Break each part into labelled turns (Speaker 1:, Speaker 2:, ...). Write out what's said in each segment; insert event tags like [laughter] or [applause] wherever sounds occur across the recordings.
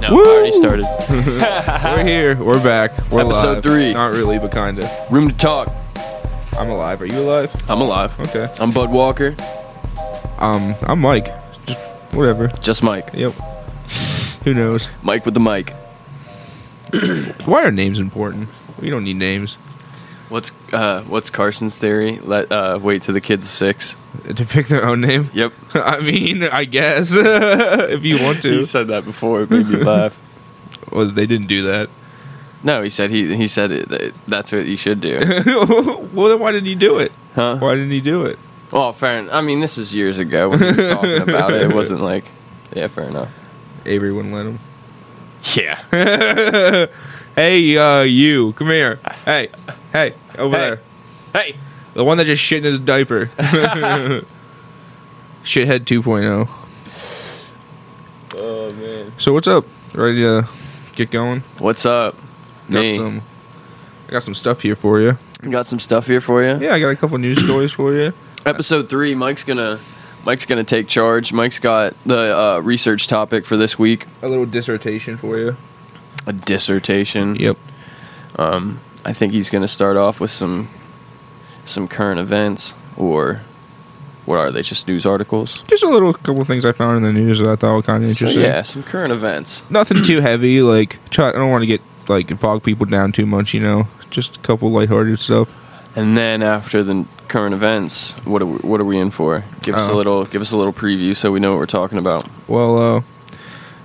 Speaker 1: No, I already started.
Speaker 2: We're here. We're back. We're
Speaker 1: Episode
Speaker 2: live.
Speaker 1: three.
Speaker 2: Not really, but kind of.
Speaker 1: Room to talk.
Speaker 2: I'm alive. Are you alive?
Speaker 1: I'm alive.
Speaker 2: Okay.
Speaker 1: I'm Bud Walker.
Speaker 2: Um, I'm Mike. Just whatever.
Speaker 1: Just Mike.
Speaker 2: Yep. Who knows?
Speaker 1: Mike with the mic.
Speaker 2: Why are names important? We don't need names.
Speaker 1: What's uh, what's Carson's theory? Let uh, wait till the kid's six.
Speaker 2: To pick their own name. [laughs]
Speaker 1: Yep.
Speaker 2: I mean, I guess [laughs] if you want
Speaker 1: He
Speaker 2: to.
Speaker 1: said that before. It [laughs] made me laugh.
Speaker 2: well, they didn't do that. [laughs]
Speaker 1: No, he said he he said it, that that's what you should [laughs] do,
Speaker 2: well, then why didn't he do it?
Speaker 1: huh?
Speaker 2: Why didn't he do it?
Speaker 1: Well, fair. en- I mean, this was years ago when he [laughs] was talking about it. It wasn't like, yeah, fair enough.
Speaker 2: Avery wouldn't let him.
Speaker 1: Yeah.
Speaker 2: hey, uh, you, come here. Hey, hey, over
Speaker 1: Hey.
Speaker 2: there.
Speaker 1: Hey.
Speaker 2: The one that just shit in
Speaker 1: [laughs]
Speaker 2: his diaper. [laughs] Shithead 2.0.
Speaker 1: Oh man.
Speaker 2: So what's up? Ready to get going?
Speaker 1: What's up?
Speaker 2: Got
Speaker 1: Me.
Speaker 2: some. I got some stuff here for you.
Speaker 1: Got some stuff here for you.
Speaker 2: Yeah, I got a couple
Speaker 1: [clears throat]
Speaker 2: news stories for you.
Speaker 1: episode three mike's gonna mike's gonna take charge mike's got the uh, research topic for this week
Speaker 2: A little dissertation for you.
Speaker 1: a dissertation
Speaker 2: Yep.
Speaker 1: um, i think he's gonna start off with some some current events or what are they just news articles
Speaker 2: Just a little couple things I found in the news that I thought were kind of
Speaker 1: So,
Speaker 2: interesting.
Speaker 1: yeah some current events
Speaker 2: Nothing too heavy. Like try, I don't want to get like bog people down too much. You know, just a couple lighthearted stuff.
Speaker 1: and then after the current events what are we, what are we in for give us a
Speaker 2: Oh.
Speaker 1: little give us a little preview so we know what we're talking about
Speaker 2: Well, uh, I-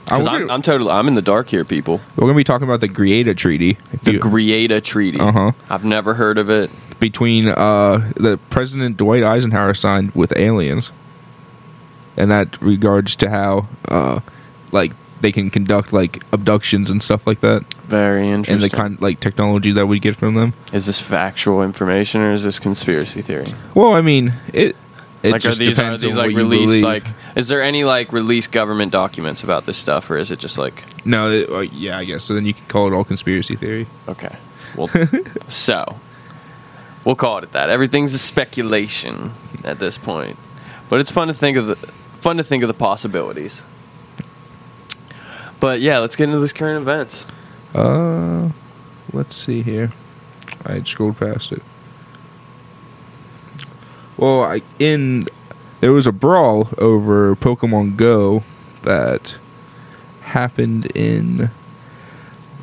Speaker 1: because
Speaker 2: we're,
Speaker 1: I'm,
Speaker 2: gonna,
Speaker 1: I'm totally i'm in the dark here people
Speaker 2: we're gonna be talking about the Grieta Treaty. If
Speaker 1: the
Speaker 2: you-
Speaker 1: Grieta treaty
Speaker 2: Uh-huh.
Speaker 1: i've never heard of it
Speaker 2: between uh, the President Dwight Eisenhower signed with aliens, and that regards to how uh, like they can conduct like abductions and stuff like that,
Speaker 1: very interesting
Speaker 2: and the kind like technology that we get from them.
Speaker 1: Is this factual information or is this conspiracy theory?
Speaker 2: Well, I mean it. It
Speaker 1: like,
Speaker 2: just
Speaker 1: are these, are
Speaker 2: depends
Speaker 1: these
Speaker 2: on
Speaker 1: like
Speaker 2: what you
Speaker 1: released?
Speaker 2: believe.
Speaker 1: Like, is there any like released government documents about this stuff, or is it just like
Speaker 2: no, it, uh, yeah, I guess. So then you can call it all conspiracy theory.
Speaker 1: okay?
Speaker 2: [laughs]
Speaker 1: Well, so we'll call it that. Everything's a speculation at this point, but it's fun to think of the fun to think of the possibilities. But yeah, let's get into this current events.
Speaker 2: Uh, let's see here. I had scrolled past it. Well, I, in there was a brawl over Pokemon Go that happened in.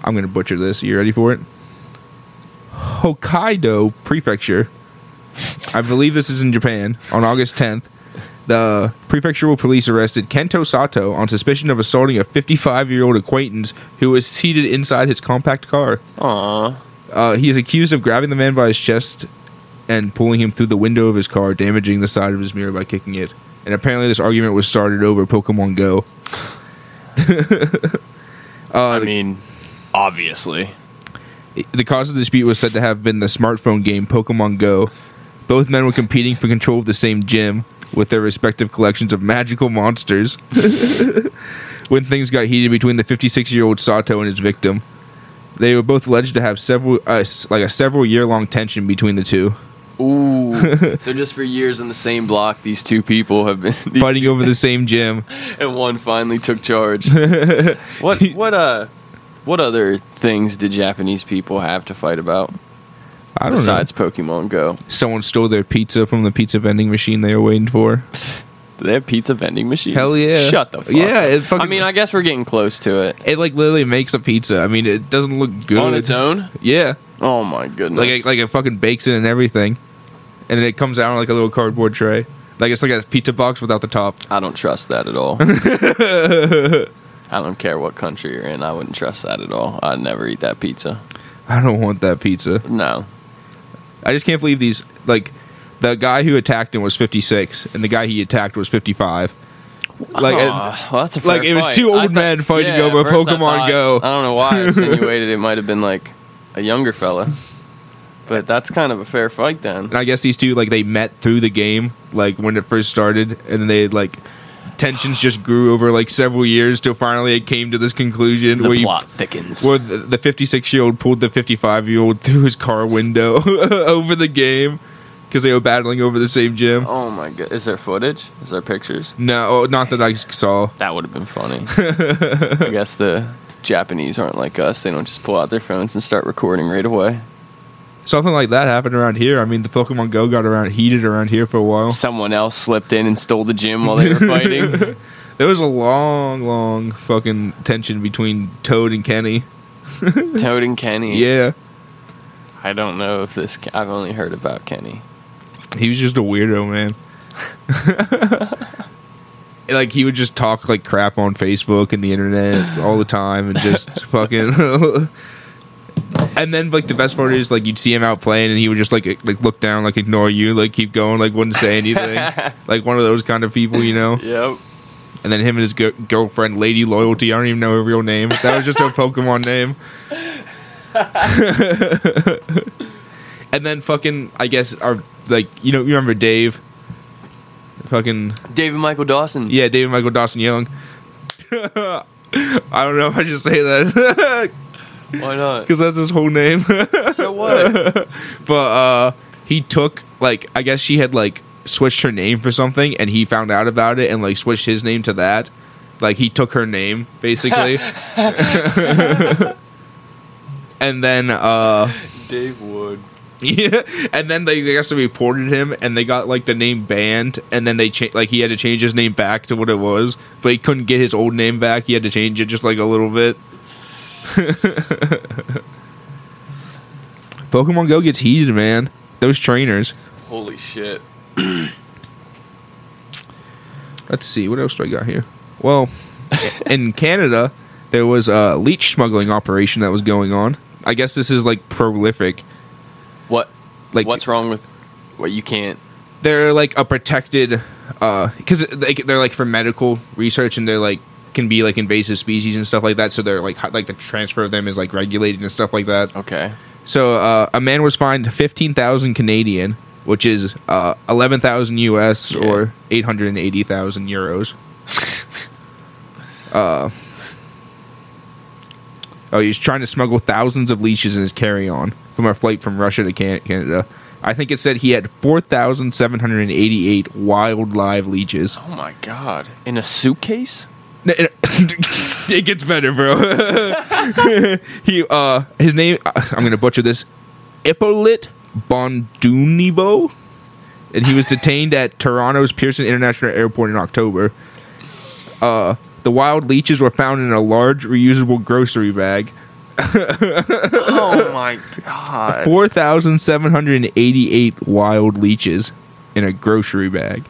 Speaker 2: I'm gonna butcher this. You ready for it? Hokkaido Prefecture. I believe this is in Japan on August 10th. The prefectural police arrested Kento Sato on suspicion of assaulting a 55 year old acquaintance who was seated inside his compact car.
Speaker 1: Aww.
Speaker 2: Uh, he is accused of grabbing the man by his chest and pulling him through the window of his car, damaging the side of his mirror by kicking it. And apparently, this argument was started over Pokemon Go. Uh,
Speaker 1: I mean, obviously.
Speaker 2: The cause of the dispute was said to have been the smartphone game Pokemon Go. Both men were competing for control of the same gym with their respective collections of magical monsters. when things got heated between the 56-year-old Sato and his victim, they were both alleged to have several uh, s- like a several year-long tension between the two, [laughs]
Speaker 1: Ooh. so just for years in the same block, these two people have been [laughs] these
Speaker 2: fighting over the same gym.
Speaker 1: [laughs] and one finally took charge.
Speaker 2: [laughs]
Speaker 1: what what uh what other things did Japanese people have to fight about
Speaker 2: I don't
Speaker 1: besides Pokemon Go?
Speaker 2: know. Someone stole their pizza from the pizza vending machine they were waiting for.
Speaker 1: Do they have pizza vending machines?
Speaker 2: Hell yeah.
Speaker 1: Shut the fuck.
Speaker 2: Yeah,
Speaker 1: up.
Speaker 2: it fucking-
Speaker 1: I mean, I guess we're getting close to it
Speaker 2: It like literally makes a pizza. I mean, it doesn't look good
Speaker 1: on its own.
Speaker 2: Yeah.
Speaker 1: Oh my goodness!
Speaker 2: like it, like it fucking bakes it and everything, and then it comes out on like a little cardboard tray. Like it's like a pizza box without the top. [laughs]
Speaker 1: I don't trust that at all. I don't care what country you're in. I wouldn't trust that at all. I'd never eat that pizza.
Speaker 2: I don't want that pizza.
Speaker 1: No.
Speaker 2: I just can't believe these. Like the guy who attacked him was 56, and the guy he attacked was 55. Like it-
Speaker 1: Aw, well, that's a
Speaker 2: like,
Speaker 1: fair
Speaker 2: it was
Speaker 1: fight.
Speaker 2: two old
Speaker 1: I thought-
Speaker 2: men fighting
Speaker 1: yeah,
Speaker 2: over
Speaker 1: at first I
Speaker 2: Pokemon
Speaker 1: thought-
Speaker 2: Go.
Speaker 1: I don't know
Speaker 2: [laughs]
Speaker 1: why I insinuated it might have been like a younger fella, but that's kind of a fair fight then.
Speaker 2: and I guess these two like they met through the game, like when it first started, and then they like tensions just grew over like several years till finally it came to this conclusion
Speaker 1: The
Speaker 2: where
Speaker 1: plot
Speaker 2: you.
Speaker 1: thickens.
Speaker 2: Where the [laughs] 56 year old pulled the 55 year old through his car window over the game. because they were battling over the same gym.
Speaker 1: Oh my god! Is there footage? Is there pictures?
Speaker 2: No, oh, not that I saw.
Speaker 1: That would have been
Speaker 2: [laughs]
Speaker 1: funny. I guess the Japanese aren't like us. They don't just pull out their phones and start recording right away.
Speaker 2: Something like that happened around here. I mean, the Pokemon Go got around heated around here for a while.
Speaker 1: Someone else slipped in and stole the gym while they were fighting.
Speaker 2: [laughs] There was a long, long fucking tension between Toad and Kenny.
Speaker 1: Toad and Kenny.
Speaker 2: Yeah,
Speaker 1: I don't know if this. I've only heard about Kenny.
Speaker 2: he was just a weirdo, man. [laughs] like he would just talk like crap on Facebook and the internet all the time, and just fucking. [laughs] and then like the best part is like you'd see him out playing, and he would just like like look down, like ignore you, like keep going, like wouldn't say anything, like one of those kind of people, you know.
Speaker 1: Yep.
Speaker 2: And then him and his gi- girlfriend, Lady Loyalty. I don't even know her real name. That was just her Pokemon name. [laughs] and then fucking, I guess our like you know you remember Dave. Fucking
Speaker 1: David Michael Dawson.
Speaker 2: yeah, David Michael Dawson Young. [laughs] I don't know if I should say that [laughs]
Speaker 1: Why [laughs] not?
Speaker 2: because that's his whole name.
Speaker 1: So [laughs] what?
Speaker 2: but uh, he took like I guess she had like switched her name for something, and he found out about it and like switched his name to that. Like he took her name basically, [laughs] and then uh, [laughs]
Speaker 1: Dave [laughs] Wood.
Speaker 2: yeah, and then they, they guess they reported him, and they got like the name banned, and then they cha- like he had to change his name back to what it was, but he couldn't get his old name back. He had to change it just like a little bit. Pokemon Go gets heated, man. Those trainers.
Speaker 1: Holy shit.
Speaker 2: Let's see, what else do I got here? Well, [laughs] in Canada, there was a leech smuggling operation that was going on. I guess this is like prolific.
Speaker 1: What?
Speaker 2: Like
Speaker 1: what's wrong with? What you can't?
Speaker 2: they're like a protected because they, they're like for medical research and they're like can be like invasive species and stuff like that so they're like hi- like the transfer of them is like regulated and stuff like that
Speaker 1: Okay.
Speaker 2: so uh, a man was fined 15000 canadian which is uh, 11000 us
Speaker 1: Yeah.
Speaker 2: or 880000 euros uh, oh he's trying to smuggle thousands of leashes in his carry-on from a flight from russia to Can- canada i think it said he had 4788 wild live leeches
Speaker 1: Oh my god! In a suitcase? [laughs]
Speaker 2: N- n- [laughs] it gets better, bro. [laughs] he uh his name I'm going to butcher this. Ippolit Bondunibo and he was detained at Toronto's Pearson International Airport in October. Uh the wild leeches were found in a large reusable grocery bag.
Speaker 1: Oh my god!
Speaker 2: 4788 wild leeches in a grocery bag.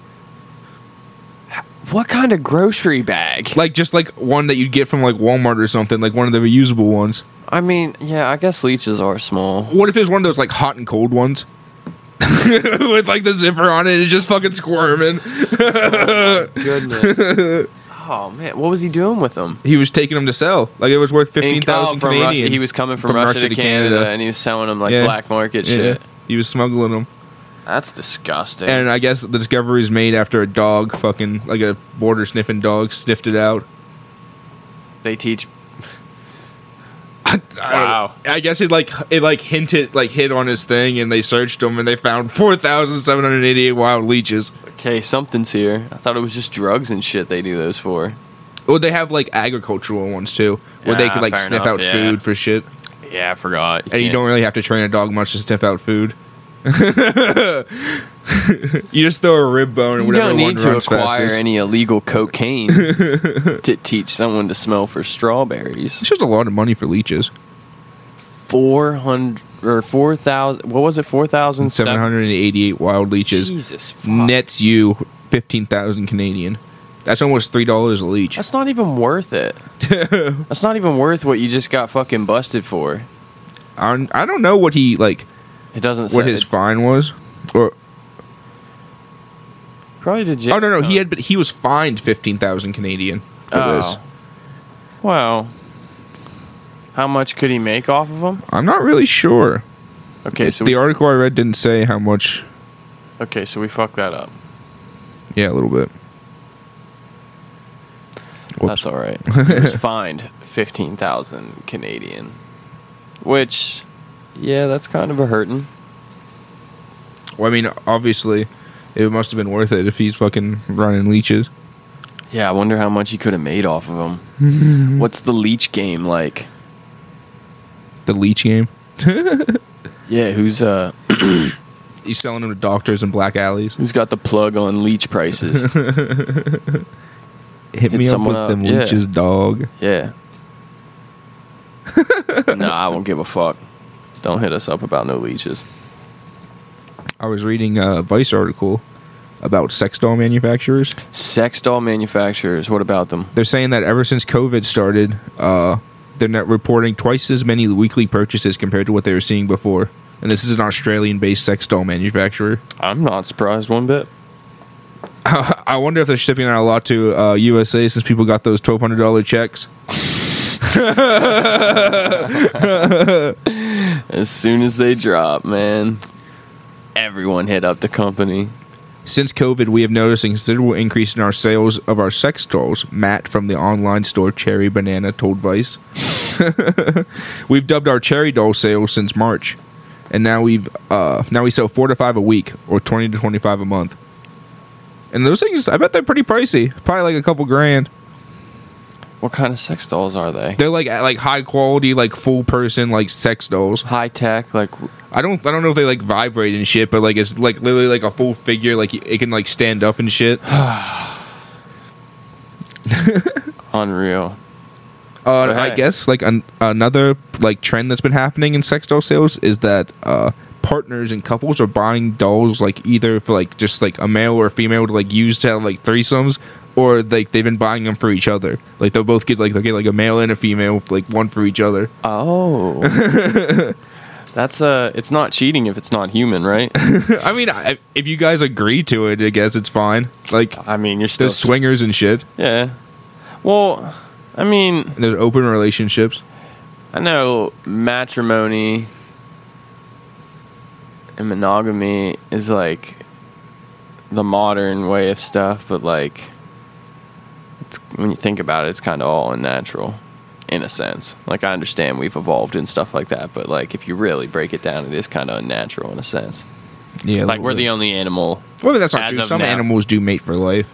Speaker 1: What kind of grocery bag?
Speaker 2: Like just like one that you'd get from like Walmart or something, like one of the reusable ones.
Speaker 1: I mean, yeah, I guess leeches are small.
Speaker 2: What if it was one of those like hot and cold ones? [laughs] With like the zipper on it, it's just fucking squirming.
Speaker 1: Goodness. [laughs] oh man, what was he doing with them?
Speaker 2: He was taking them to sell. Like it was worth
Speaker 1: In-
Speaker 2: fifteen
Speaker 1: oh,
Speaker 2: thousand
Speaker 1: from
Speaker 2: Canadian.
Speaker 1: Russia. He was coming from, Russia, to Canada, and he was selling them like
Speaker 2: Yeah.
Speaker 1: black market
Speaker 2: Yeah,
Speaker 1: shit.
Speaker 2: he was smuggling them.
Speaker 1: That's disgusting.
Speaker 2: And uh, I guess the discovery is made after a dog, fucking like a border sniffing dog, sniffed it out.
Speaker 1: they teach.
Speaker 2: I, I-
Speaker 1: Wow.
Speaker 2: I guess it like it like hinted like hit on his thing, and they searched him, and they found [laughs] four thousand seven hundred eighty-eight wild leeches.
Speaker 1: Okay, something's here. I thought it was just drugs and shit they do those for.
Speaker 2: Or they have like agricultural ones too, where they
Speaker 1: Yeah,
Speaker 2: could like
Speaker 1: Ah, fair
Speaker 2: sniff
Speaker 1: enough,
Speaker 2: out
Speaker 1: yeah.
Speaker 2: food for shit.
Speaker 1: Yeah, I forgot.
Speaker 2: and you
Speaker 1: can't-
Speaker 2: don't really have to train a dog much to sniff out [laughs] food. you just throw a rib bone and
Speaker 1: You
Speaker 2: whatever
Speaker 1: don't
Speaker 2: one
Speaker 1: need to
Speaker 2: runs
Speaker 1: acquire
Speaker 2: fastest.
Speaker 1: any illegal
Speaker 2: [laughs]
Speaker 1: cocaine to teach someone to smell for strawberries.
Speaker 2: It's just a lot of money for leeches.
Speaker 1: Four hundred or four thousand. What was it? Four thousand
Speaker 2: Seven
Speaker 1: seven hundred.
Speaker 2: hundred and eighty-eight wild leeches
Speaker 1: Jesus. Fuck.
Speaker 2: nets you fifteen thousand Canadian. That's almost three dollars a leech. [laughs]
Speaker 1: That's not even worth it.
Speaker 2: I
Speaker 1: That's not even worth what you just got fucking busted for.
Speaker 2: don't- I don't know what he like,
Speaker 1: It doesn't.
Speaker 2: what
Speaker 1: say.
Speaker 2: his
Speaker 1: It
Speaker 2: fine was, or
Speaker 1: probably did.
Speaker 2: oh no no
Speaker 1: Uh,
Speaker 2: he had but he was fined fifteen thousand Canadian for this.
Speaker 1: Oh. Wow. How much could he make off of them?
Speaker 2: I'm not really sure.
Speaker 1: Okay, so
Speaker 2: the
Speaker 1: we,
Speaker 2: article I read didn't say how much.
Speaker 1: okay, so we fucked that up.
Speaker 2: Yeah, a little bit. Whoops.
Speaker 1: That's all [laughs] right. He was fined fifteen thousand Canadian, which, yeah, that's kind of a hurting.
Speaker 2: Well, I mean, obviously, it must have been worth it if he's fucking running leeches.
Speaker 1: Yeah, I wonder how much he could have made off of him. [laughs] What's the leech game like?
Speaker 2: The leech game.
Speaker 1: Yeah, who's uh
Speaker 2: He's selling them to doctors in black alleys.
Speaker 1: who's got the plug on leech prices? [laughs]
Speaker 2: Hit, me up
Speaker 1: someone
Speaker 2: with
Speaker 1: up,
Speaker 2: them
Speaker 1: yeah.
Speaker 2: leeches, dog.
Speaker 1: Yeah. nah, I won't give a fuck. Don't hit us up about no leeches.
Speaker 2: I was reading a Vice article about sex doll manufacturers.
Speaker 1: Sex doll manufacturers, what about them?
Speaker 2: They're saying that ever since COVID started, uh, they're not reporting twice as many weekly purchases compared to what they were seeing before. And this is an Australian-based sex doll manufacturer.
Speaker 1: I'm not surprised one bit.
Speaker 2: I wonder if they're shipping out a lot to uh, USA since people got those twelve hundred dollar checks.
Speaker 1: As soon as they drop, man, everyone hit up the company.
Speaker 2: Since COVID, we have noticed a considerable increase in our sales of our sex dolls. Matt from the online store Cherry Banana told Vice, [laughs] "We've dubbed our cherry doll sales since March, and now we've uh, now we sell four to five a week, or twenty to twenty five a month. And those things, I bet they're pretty pricey. Probably like a couple grand.
Speaker 1: What kind of sex dolls are they?
Speaker 2: They're like like high quality, like full person, like sex dolls.
Speaker 1: High tech, like
Speaker 2: I don't I don't know if they like vibrate and shit, but like it's like literally like a full figure, like it can like stand up
Speaker 1: [gasps]
Speaker 2: and shit. Uh,
Speaker 1: unreal.
Speaker 2: I
Speaker 1: hey.
Speaker 2: guess like an, another like trend that's been happening in sex doll sales is that uh, partners and couples are buying dolls like either for like just like a male or a female to like use to have like threesomes, or like they've been buying them for each other. Like they'll both get like they'll get like a male and a female, like one for each other. [laughs]
Speaker 1: Oh. That's uh it's not cheating if it's not human, right?
Speaker 2: I mean, I, if you guys agree to it, I guess it's fine. Like
Speaker 1: I mean, you're still
Speaker 2: there's swingers and shit,
Speaker 1: Yeah. Well, I mean,
Speaker 2: and there's open relationships.
Speaker 1: I know matrimony and monogamy is like the modern way of stuff, but like it's, when you think about it, it's kind of all unnatural in a sense. Like I understand we've evolved and stuff like that, but like if you really break it down, it is kind of unnatural in a sense.
Speaker 2: Yeah,
Speaker 1: Like we're the only animal.
Speaker 2: Well, but that's not
Speaker 1: As
Speaker 2: true.
Speaker 1: of
Speaker 2: Some
Speaker 1: now.
Speaker 2: animals do mate for life.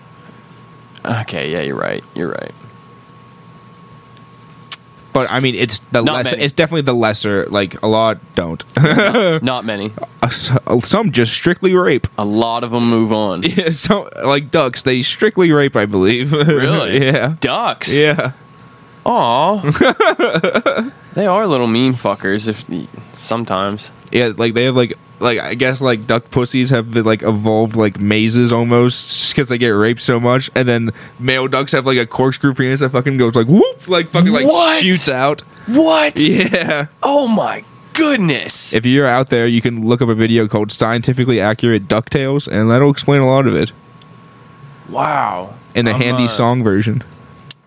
Speaker 1: Okay, yeah, you're right. You're right.
Speaker 2: But I mean, it's the
Speaker 1: Not
Speaker 2: lesser.
Speaker 1: many.
Speaker 2: It's definitely the lesser. Like a lot don't. [laughs] Uh,
Speaker 1: Not many.
Speaker 2: Some just strictly rape. [laughs]
Speaker 1: A lot of them move on.
Speaker 2: Yeah, so like ducks, they strictly rape. I believe. [laughs]
Speaker 1: Really?
Speaker 2: yeah.
Speaker 1: Ducks.
Speaker 2: Yeah.
Speaker 1: Aw.
Speaker 2: [laughs]
Speaker 1: they are little mean fuckers if sometimes.
Speaker 2: Yeah. Like they have like like I guess like duck pussies have been, like evolved like mazes almost because they get raped so much, and then male ducks have like a corkscrew penis that fucking goes like whoop like fucking like
Speaker 1: What?
Speaker 2: shoots out. [laughs]
Speaker 1: What?
Speaker 2: Yeah.
Speaker 1: Oh my goodness.
Speaker 2: If you're out there, you can look up a video called "Scientifically Accurate Ducktales," and that'll explain a lot of it
Speaker 1: wow.
Speaker 2: in a
Speaker 1: I'm,
Speaker 2: handy
Speaker 1: uh,
Speaker 2: song version.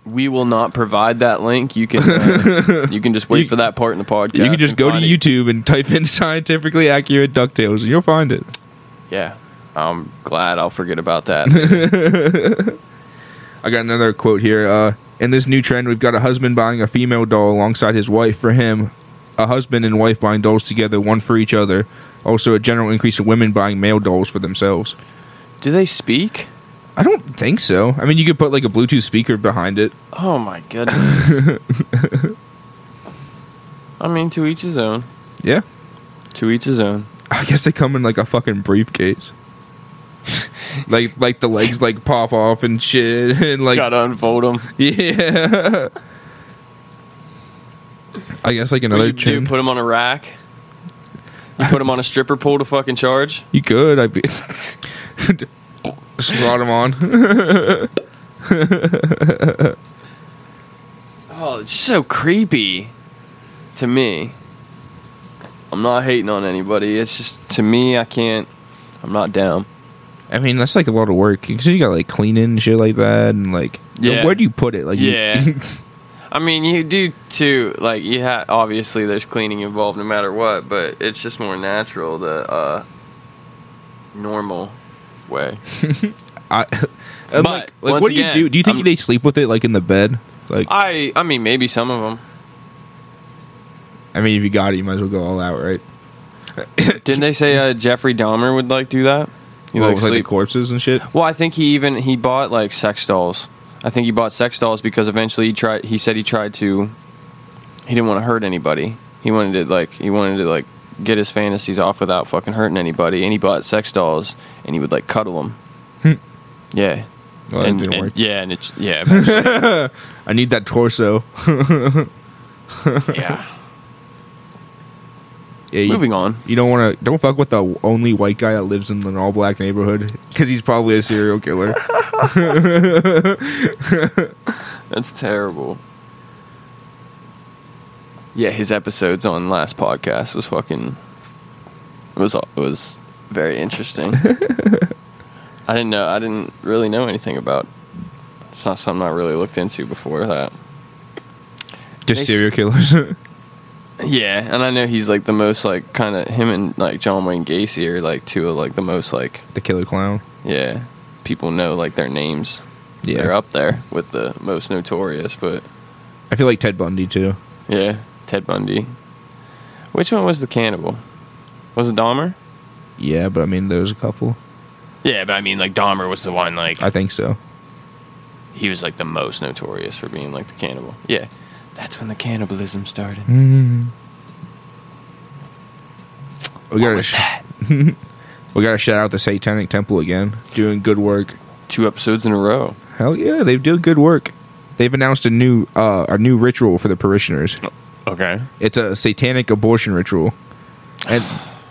Speaker 1: We will not provide that link. You can
Speaker 2: [laughs]
Speaker 1: uh, you can just wait
Speaker 2: You-
Speaker 1: for that part in the podcast.
Speaker 2: you can just
Speaker 1: and
Speaker 2: go to
Speaker 1: find it.
Speaker 2: YouTube and type in [laughs] "scientifically accurate ducktales," and you'll find it.
Speaker 1: Yeah. I'm glad I'll forget about
Speaker 2: [laughs]
Speaker 1: that.
Speaker 2: I got another quote here. Uh, in this new trend, we've got a husband buying a female doll alongside his wife. For him, a husband and wife buying dolls together, one for each other. Also, a general increase in women buying male dolls for themselves.
Speaker 1: Do they speak?
Speaker 2: I don't think so. I mean, you could put like a Bluetooth speaker behind it.
Speaker 1: Oh my goodness.
Speaker 2: [laughs]
Speaker 1: I mean, to each his own.
Speaker 2: Yeah,
Speaker 1: To each his own.
Speaker 2: I guess they come in like a fucking [laughs] briefcase. like like the legs like pop off and shit [laughs] and like
Speaker 1: Gotta unfold them.
Speaker 2: yeah. [laughs] I guess like another
Speaker 1: you do?
Speaker 2: trend.
Speaker 1: Put them on a rack. You put them on a stripper pole to fucking charge.
Speaker 2: you could. I'd be. [laughs] Slot him on. [laughs]
Speaker 1: Oh, it's so creepy to me. I'm not hating on anybody. It's just to me, I can't. I'm not down.
Speaker 2: I mean, that's like a lot of work because you got like cleaning and shit like that, and like,
Speaker 1: Yeah.
Speaker 2: where do you put it? Like, you- [laughs]
Speaker 1: Yeah. I mean, you do too. Like you ha obviously there's cleaning involved no matter what, but it's just more natural the uh, normal way.
Speaker 2: I, [laughs] and,
Speaker 1: But,
Speaker 2: like, like
Speaker 1: once
Speaker 2: what do
Speaker 1: again,
Speaker 2: you do? Do you think
Speaker 1: I'm-
Speaker 2: they sleep with it like in the bed? Like, I,
Speaker 1: I I mean maybe some of them.
Speaker 2: mean, if you got it, you might as well go all out, right?
Speaker 1: Didn't they say uh, Jeffrey Dahmer would like do that? He
Speaker 2: Well,
Speaker 1: like
Speaker 2: with, like the
Speaker 1: sleep.
Speaker 2: corpses and shit.
Speaker 1: well, I think he even he bought like sex dolls. I think he bought sex dolls because eventually he tried. He said he tried to. He didn't want to hurt anybody. He wanted to like he wanted to like get his fantasies off without fucking hurting anybody. And he bought sex dolls and he would like cuddle them. yeah.
Speaker 2: Hmm. Well, that
Speaker 1: and,
Speaker 2: didn't
Speaker 1: and-
Speaker 2: work.
Speaker 1: Yeah, and it's yeah,
Speaker 2: [laughs]
Speaker 1: eventually,
Speaker 2: I need that torso.
Speaker 1: yeah.
Speaker 2: Yeah, you,
Speaker 1: Moving on.
Speaker 2: You don't want to. Don't fuck with the only white guy that lives in an all black neighborhood because he's probably a
Speaker 1: [laughs]
Speaker 2: serial killer.
Speaker 1: That's terrible. Yeah, his episodes on last podcast was fucking was was very interesting. I didn't know I didn't really know anything about. It's not something I really looked into before that.
Speaker 2: Just
Speaker 1: They
Speaker 2: serial killers. [laughs]
Speaker 1: Yeah, and I know he's like the most like kind of him and like John Wayne Gacy are like two of like the most like
Speaker 2: the killer clown.
Speaker 1: yeah people know like their names.
Speaker 2: Yeah.
Speaker 1: they're up there with the most notorious, but.
Speaker 2: I feel like Ted Bundy too.
Speaker 1: Yeah, Ted Bundy. Which one was the cannibal? Was it Dahmer?
Speaker 2: Yeah, but I mean, there's a couple.
Speaker 1: Yeah, but I mean, like Dahmer was the one like
Speaker 2: I think so.
Speaker 1: he was like the most notorious for being like the cannibal. Yeah, that's when the cannibalism started.
Speaker 2: Hmm. We
Speaker 1: What
Speaker 2: gotta,
Speaker 1: was
Speaker 2: sh-
Speaker 1: that?
Speaker 2: we gotta shout out the Satanic Temple again, doing good work.
Speaker 1: Two episodes in a row.
Speaker 2: Hell yeah, they do good work. They've announced a new uh, a new ritual for the parishioners.
Speaker 1: Okay.
Speaker 2: It's a satanic abortion ritual. And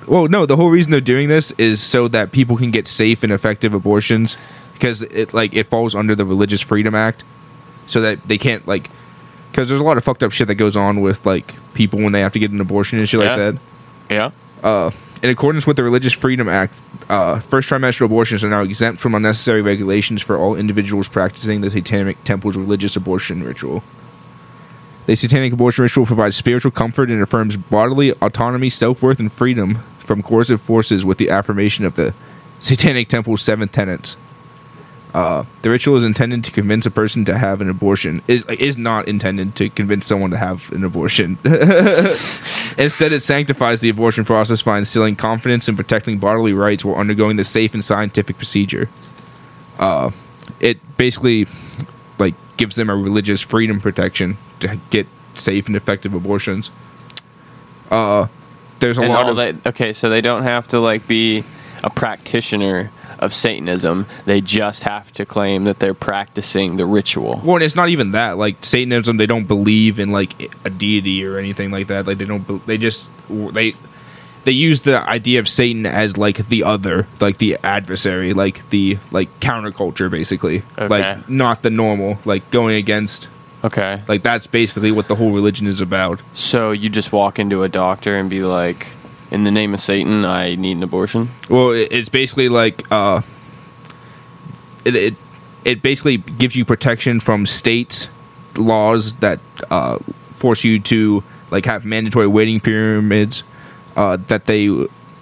Speaker 2: well, no, the whole reason they're doing this is so that people can get safe and effective abortions because it like it falls under the Religious Freedom Act so that they can't like cuz there's a lot of fucked up shit that goes on with like people when they have to get an abortion and shit
Speaker 1: Yeah.
Speaker 2: like that.
Speaker 1: Yeah.
Speaker 2: Uh, in accordance with the Religious Freedom Act, uh, first trimester abortions are now exempt from unnecessary regulations for all individuals practicing the Satanic Temple's religious abortion ritual. The Satanic abortion ritual provides spiritual comfort and affirms bodily autonomy, self worth, and freedom from coercive forces with the affirmation of the Satanic Temple's seven tenets. Uh, the ritual is intended to convince a person to have an abortion. Is is not intended to convince someone to have an abortion. [laughs] Instead, it sanctifies the abortion process by instilling confidence and protecting bodily rights while undergoing the safe and scientific procedure. Uh, it basically like gives them a religious freedom protection to get safe and effective abortions. Uh, there's a
Speaker 1: and
Speaker 2: lot
Speaker 1: all
Speaker 2: of
Speaker 1: that. Okay, so they don't have to like be a practitioner of Satanism. They just have to claim that they're practicing the ritual.
Speaker 2: Well, and it's not even that. Like Satanism, they don't believe in like a deity or anything like that. Like they don't. be- They just they they use the idea of Satan as like the other, like the adversary, like the like counterculture, basically.
Speaker 1: Okay.
Speaker 2: Like not the normal, like going against.
Speaker 1: Okay.
Speaker 2: Like that's basically what the whole religion is about.
Speaker 1: So you just walk into a doctor and be like, "In the name of Satan, I need an abortion."
Speaker 2: Well, it, it's basically like uh, it it it basically gives you protection from states laws that uh, force you to like have mandatory waiting pyramids uh, that they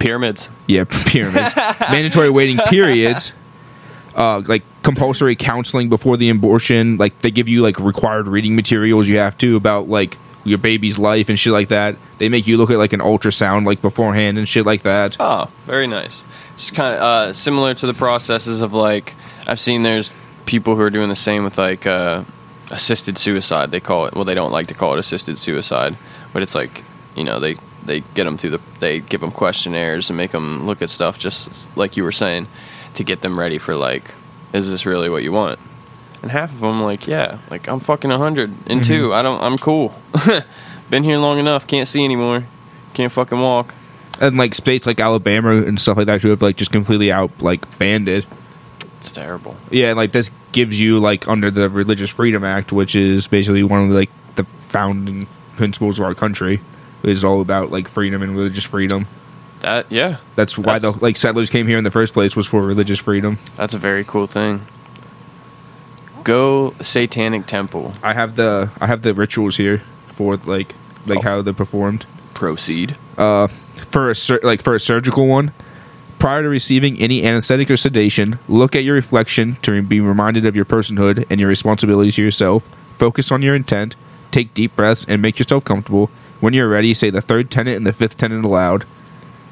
Speaker 1: Pyramids.
Speaker 2: yeah [laughs] pyramids mandatory waiting periods uh, like compulsory counseling before the abortion like they give you like required reading materials you have to about like your baby's life and shit like that they make you look at like an ultrasound like beforehand and shit like that
Speaker 1: Oh, very nice. Just kind of uh, similar to the processes of like I've seen there's people who are doing the same with like uh, assisted suicide. They call it. Well, they don't like to call it assisted suicide, but it's like you know they they get them through the they give them questionnaires and make them look at stuff just like you were saying to get them ready for like is this really what you want? And half of them like yeah, like I'm fucking 100 and two. I don't. I'm cool. [laughs] Been here long enough. Can't see anymore. Can't fucking walk.
Speaker 2: and like states like Alabama and stuff like that who have like just completely out like banned it.
Speaker 1: It's terrible.
Speaker 2: Yeah, and like this gives you like under the Religious Freedom Act, which is basically one of like the founding principles of our country, is all about like freedom and religious freedom.
Speaker 1: That yeah,
Speaker 2: That's why
Speaker 1: That's-
Speaker 2: the like settlers came here in the first place was for religious freedom.
Speaker 1: that's a very cool thing. Go Satanic Temple.
Speaker 2: I have the I have the rituals here for like like how they're performed.
Speaker 1: Proceed.
Speaker 2: for a sur- like for a surgical one prior to receiving any anesthetic or sedation look at your reflection to be reminded of your personhood and your responsibility to yourself focus on your intent take deep breaths and make yourself comfortable when you're ready say the third tenet and the fifth tenet aloud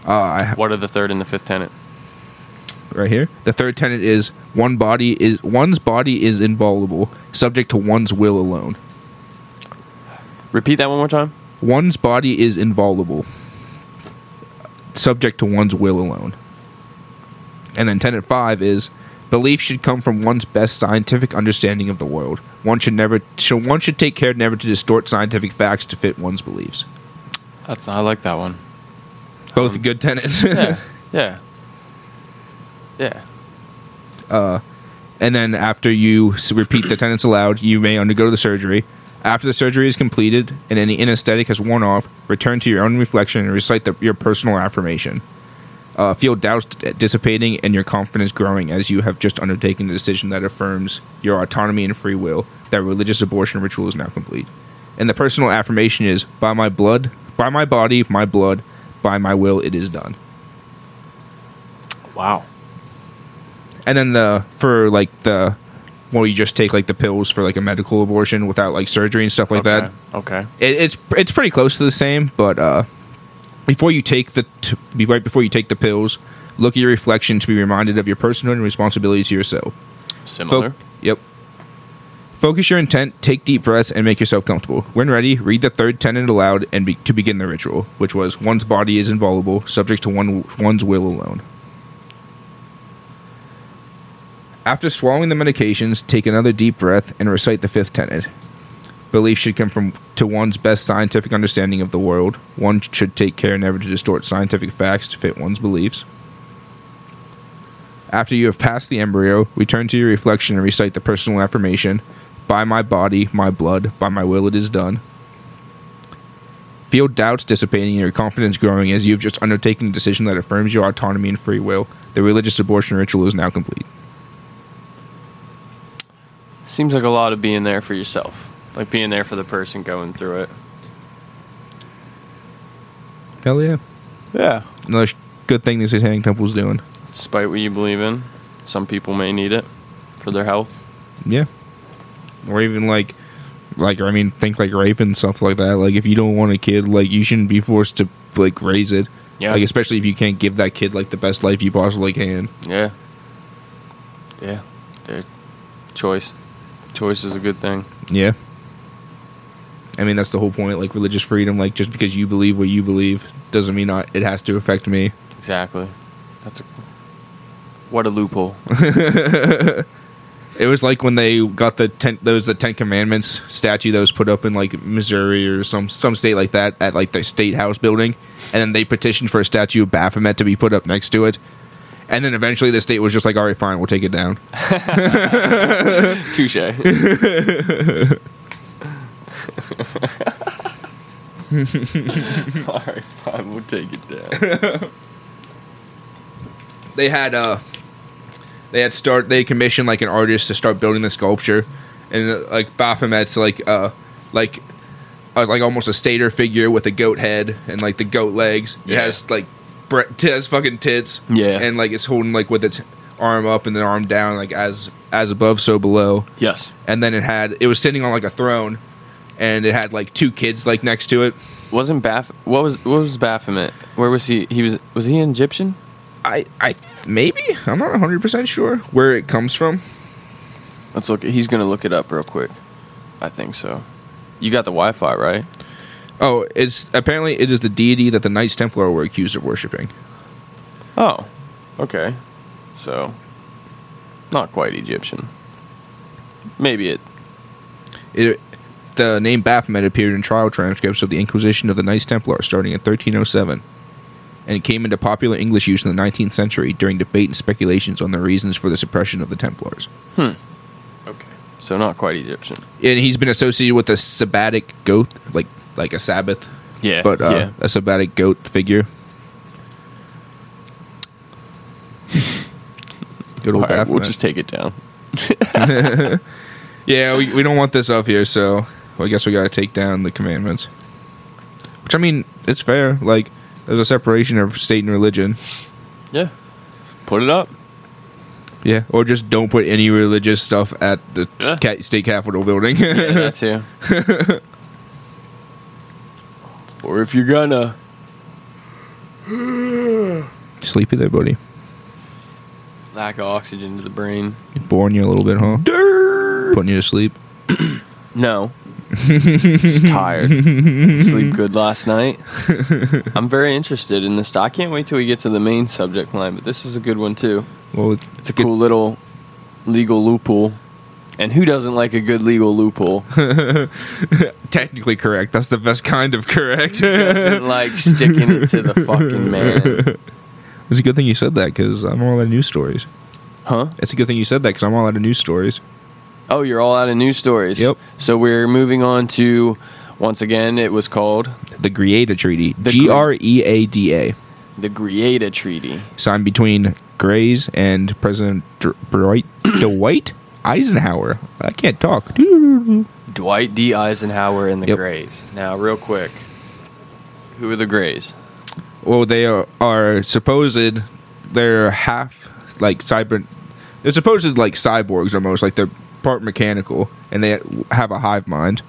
Speaker 2: Uh, I,
Speaker 1: What are the third and the fifth tenant?
Speaker 2: right here. The third tenet is one body is one's body is inviolable, subject to one's will alone.
Speaker 1: Repeat that one more time.
Speaker 2: One's body is inviolable, subject to one's will alone. And then tenet five is belief should come from one's best scientific understanding of the world. One should never should, one should take care never to distort scientific facts to fit one's beliefs.
Speaker 1: That's I like that one.
Speaker 2: Both good tenets. [laughs]
Speaker 1: Yeah, yeah, [laughs] yeah.
Speaker 2: and then after you s- repeat the tenets aloud, you may undergo the surgery. After the surgery is completed and any anesthetic has worn off, return to your own reflection and recite the, your personal affirmation. Uh, feel doubts d- dissipating and your confidence growing as you have just undertaken a decision that affirms your autonomy and free will. That religious abortion ritual is now complete. And the personal affirmation is: "By my blood, by my body, my blood, by my will, it is done."
Speaker 1: Wow.
Speaker 2: and then the for like the well you just take like the pills for like a medical abortion without like surgery and stuff like
Speaker 1: okay.
Speaker 2: that
Speaker 1: Okay.
Speaker 2: it, it's it's pretty close to the same but uh before you take the t- be right before you take the pills look at your reflection to be reminded of your personhood and responsibility to yourself
Speaker 1: Similar.
Speaker 2: Fo- yep focus your intent take deep breaths and make yourself comfortable when ready read the third tenet aloud and be- to begin the ritual which was one's body is inviolable subject to one one's will alone After swallowing the medications, take another deep breath and recite the fifth tenet. Belief should come from to one's best scientific understanding of the world. One should take care never to distort scientific facts to fit one's beliefs. After you have passed the embryo, return to your reflection and recite the personal affirmation By my body, my blood, by my will it is done. Feel doubts dissipating and your confidence growing as you have just undertaken a decision that affirms your autonomy and free will. The religious abortion ritual is now complete.
Speaker 1: Seems like a lot of being there for yourself, like being there for the person going through it.
Speaker 2: Hell yeah.
Speaker 1: Yeah.
Speaker 2: another sh- good thing the Satanic Temple's doing.
Speaker 1: Despite what you believe in, some people may need it for their health.
Speaker 2: Yeah. Or even like, like I mean, think like rape and stuff like that. Like if you don't want a kid, like you shouldn't be forced to like raise it.
Speaker 1: Yeah.
Speaker 2: Like especially if you can't give that kid like the best life you possibly can.
Speaker 1: Yeah. Yeah. Their choice. Choice is a good thing.
Speaker 2: Yeah. I mean that's the whole point. Like religious freedom. Like just because you believe what you believe doesn't mean not it has to affect me.
Speaker 1: Exactly. That's a what a loophole. [laughs]
Speaker 2: It was like when they got the ten, there was the Ten Commandments statue that was put up in like Missouri or some some state like that at like the state house building, and then they petitioned for a statue of Baphomet to be put up next to it, and then eventually the state was just like, all right, fine, we'll take it down.
Speaker 1: [laughs] Touche. All right, fine. We'll take it down.
Speaker 2: They had uh, they had start they commissioned like an artist to start building the sculpture, and uh, like Baphomet's like uh like. uh, like almost a stater figure with a goat head and like the goat legs. It
Speaker 1: Yeah.
Speaker 2: has like bre- it has fucking tits.
Speaker 1: Yeah.
Speaker 2: and like it's holding like with its arm up and then arm down, like as as above so below.
Speaker 1: Yes.
Speaker 2: And then it had it was sitting on like a throne, and it had like two kids like next to it.
Speaker 1: Wasn't Baff? What was what was Baphomet? Where was he? He was was he an Egyptian?
Speaker 2: I I maybe I'm not 100 percent sure where it comes from.
Speaker 1: Let's look. He's gonna look it up real quick. I think so. You got the Wi-Fi right?
Speaker 2: Oh, it's apparently it is the deity that the Knights Templar were accused of worshiping.
Speaker 1: Oh, okay. So, not quite Egyptian. Maybe it.
Speaker 2: It the name Baphomet appeared in trial transcripts of the Inquisition of the Knights Templar starting in 1307. And it came into popular English use in the 19th century during debate and speculations on the reasons for the suppression of the Templars.
Speaker 1: Okay. So not quite Egyptian.
Speaker 2: and he's been associated with a sabbatic goat, like like a Sabbath,
Speaker 1: Yeah.
Speaker 2: but uh,
Speaker 1: yeah.
Speaker 2: a sabbatic goat figure. Good old
Speaker 1: All right, we'll
Speaker 2: Baphomet.
Speaker 1: just take it down.
Speaker 2: yeah, we, we don't want this up here, so I guess we gotta take down the commandments. Which I mean, it's fair. Like, there's a separation of state and religion.
Speaker 1: Yeah. Put it up.
Speaker 2: Yeah, or just don't put any religious stuff at the
Speaker 1: Yeah.
Speaker 2: ca- state capitol building. [laughs]
Speaker 1: Yeah, that too. or if you're gonna,
Speaker 2: Sleepy there, buddy.
Speaker 1: Lack of oxygen to the brain.
Speaker 2: You're boring you a little bit, huh? Putting you to sleep.
Speaker 1: No. Just tired. Sleep good last night. I'm very interested in this. I can't wait till we get to the main subject line, but this is a good one too.
Speaker 2: Well, it's,
Speaker 1: It's a cool little legal loophole. And who doesn't like a good legal
Speaker 2: [laughs]
Speaker 1: loophole? Who
Speaker 2: technically correct. That's the best kind
Speaker 1: [laughs]
Speaker 2: of correct.
Speaker 1: doesn't like sticking it to the fucking man?
Speaker 2: [laughs] It's a good thing you said that because I'm all out of news stories.
Speaker 1: Huh?
Speaker 2: It's a good thing you said that because I'm all out of news stories.
Speaker 1: Oh, you're all out of news stories.
Speaker 2: Yep.
Speaker 1: So we're moving on to, once again, it was called
Speaker 2: The Grieta Treaty,
Speaker 1: The
Speaker 2: G R E A D A,
Speaker 1: the Grieta Treaty.
Speaker 2: signed between Grays and President Dr- Dwight, [coughs] Dwight Eisenhower. I can't talk.
Speaker 1: Dwight D. Eisenhower and the
Speaker 2: Yep.
Speaker 1: Grays. Now, real quick, who are the Grays?
Speaker 2: Well, they are, are supposed. They're half like cyber. They're supposed like cyborgs almost. Like they're part mechanical, and they have a hive mind,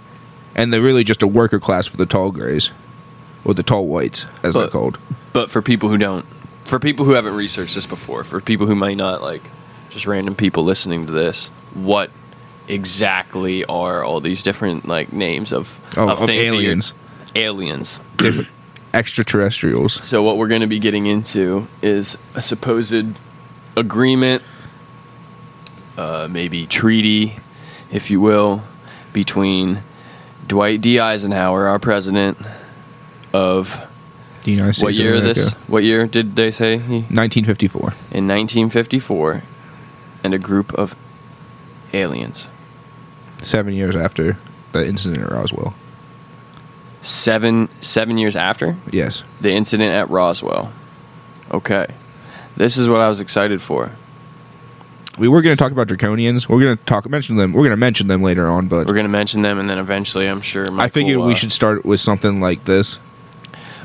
Speaker 2: and they're really just a worker class for the tall grays, or the tall whites, as they're
Speaker 1: But-
Speaker 2: called.
Speaker 1: But for people who don't, for people who haven't researched this before, for people who might not like, just random people listening to this, what exactly are all these different like names of
Speaker 2: Oh, of
Speaker 1: things that you're-
Speaker 2: aliens.
Speaker 1: Aliens. [coughs]
Speaker 2: Different extraterrestrials.
Speaker 1: So what we're going to be getting into is a supposed agreement, uh, maybe treaty, if you will, between Dwight D. Eisenhower, our president of
Speaker 2: The United States
Speaker 1: what
Speaker 2: of
Speaker 1: year
Speaker 2: America.
Speaker 1: this? What year did they say he?
Speaker 2: 1954.
Speaker 1: in 1954 and a group of aliens.
Speaker 2: Seven years after the incident at Roswell.
Speaker 1: Seven seven years after
Speaker 2: Yes.
Speaker 1: the incident at Roswell. Okay. This is what I was excited for.
Speaker 2: We were going to talk about draconians. We're going to talk mention them. We're going to mention them later on, but
Speaker 1: We're gonna mention them and then eventually I'm sure Mike
Speaker 2: I figured
Speaker 1: will,
Speaker 2: we
Speaker 1: uh,
Speaker 2: should start with something like this.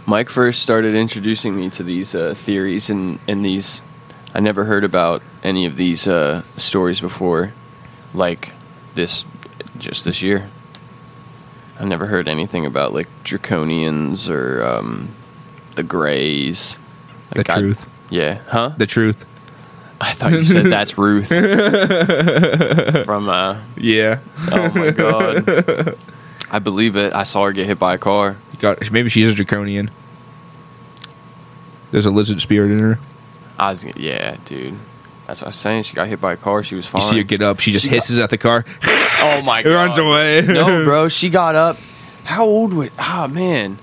Speaker 1: Mike first started introducing me to these uh, theories and, and these I never heard about any of these uh, stories before like this just this year. I never heard anything about like draconians or um, the grays.
Speaker 2: The
Speaker 1: I-
Speaker 2: truth.
Speaker 1: yeah, huh?
Speaker 2: The truth.
Speaker 1: I thought you said that's
Speaker 2: [laughs]
Speaker 1: Ruth from uh
Speaker 2: Yeah.
Speaker 1: oh my god. I believe it. I saw her get hit by a car.
Speaker 2: God, maybe she's a draconian. There's a lizard spirit in her.
Speaker 1: I was yeah, dude. That's what I was saying. She got hit by a car. She was
Speaker 2: You
Speaker 1: fine.
Speaker 2: see her get up. She just hisses at
Speaker 1: [laughs]
Speaker 2: the car.
Speaker 1: oh my
Speaker 2: It
Speaker 1: god!
Speaker 2: runs away. [laughs]
Speaker 1: no, bro. She got up. How old would? Ah, man.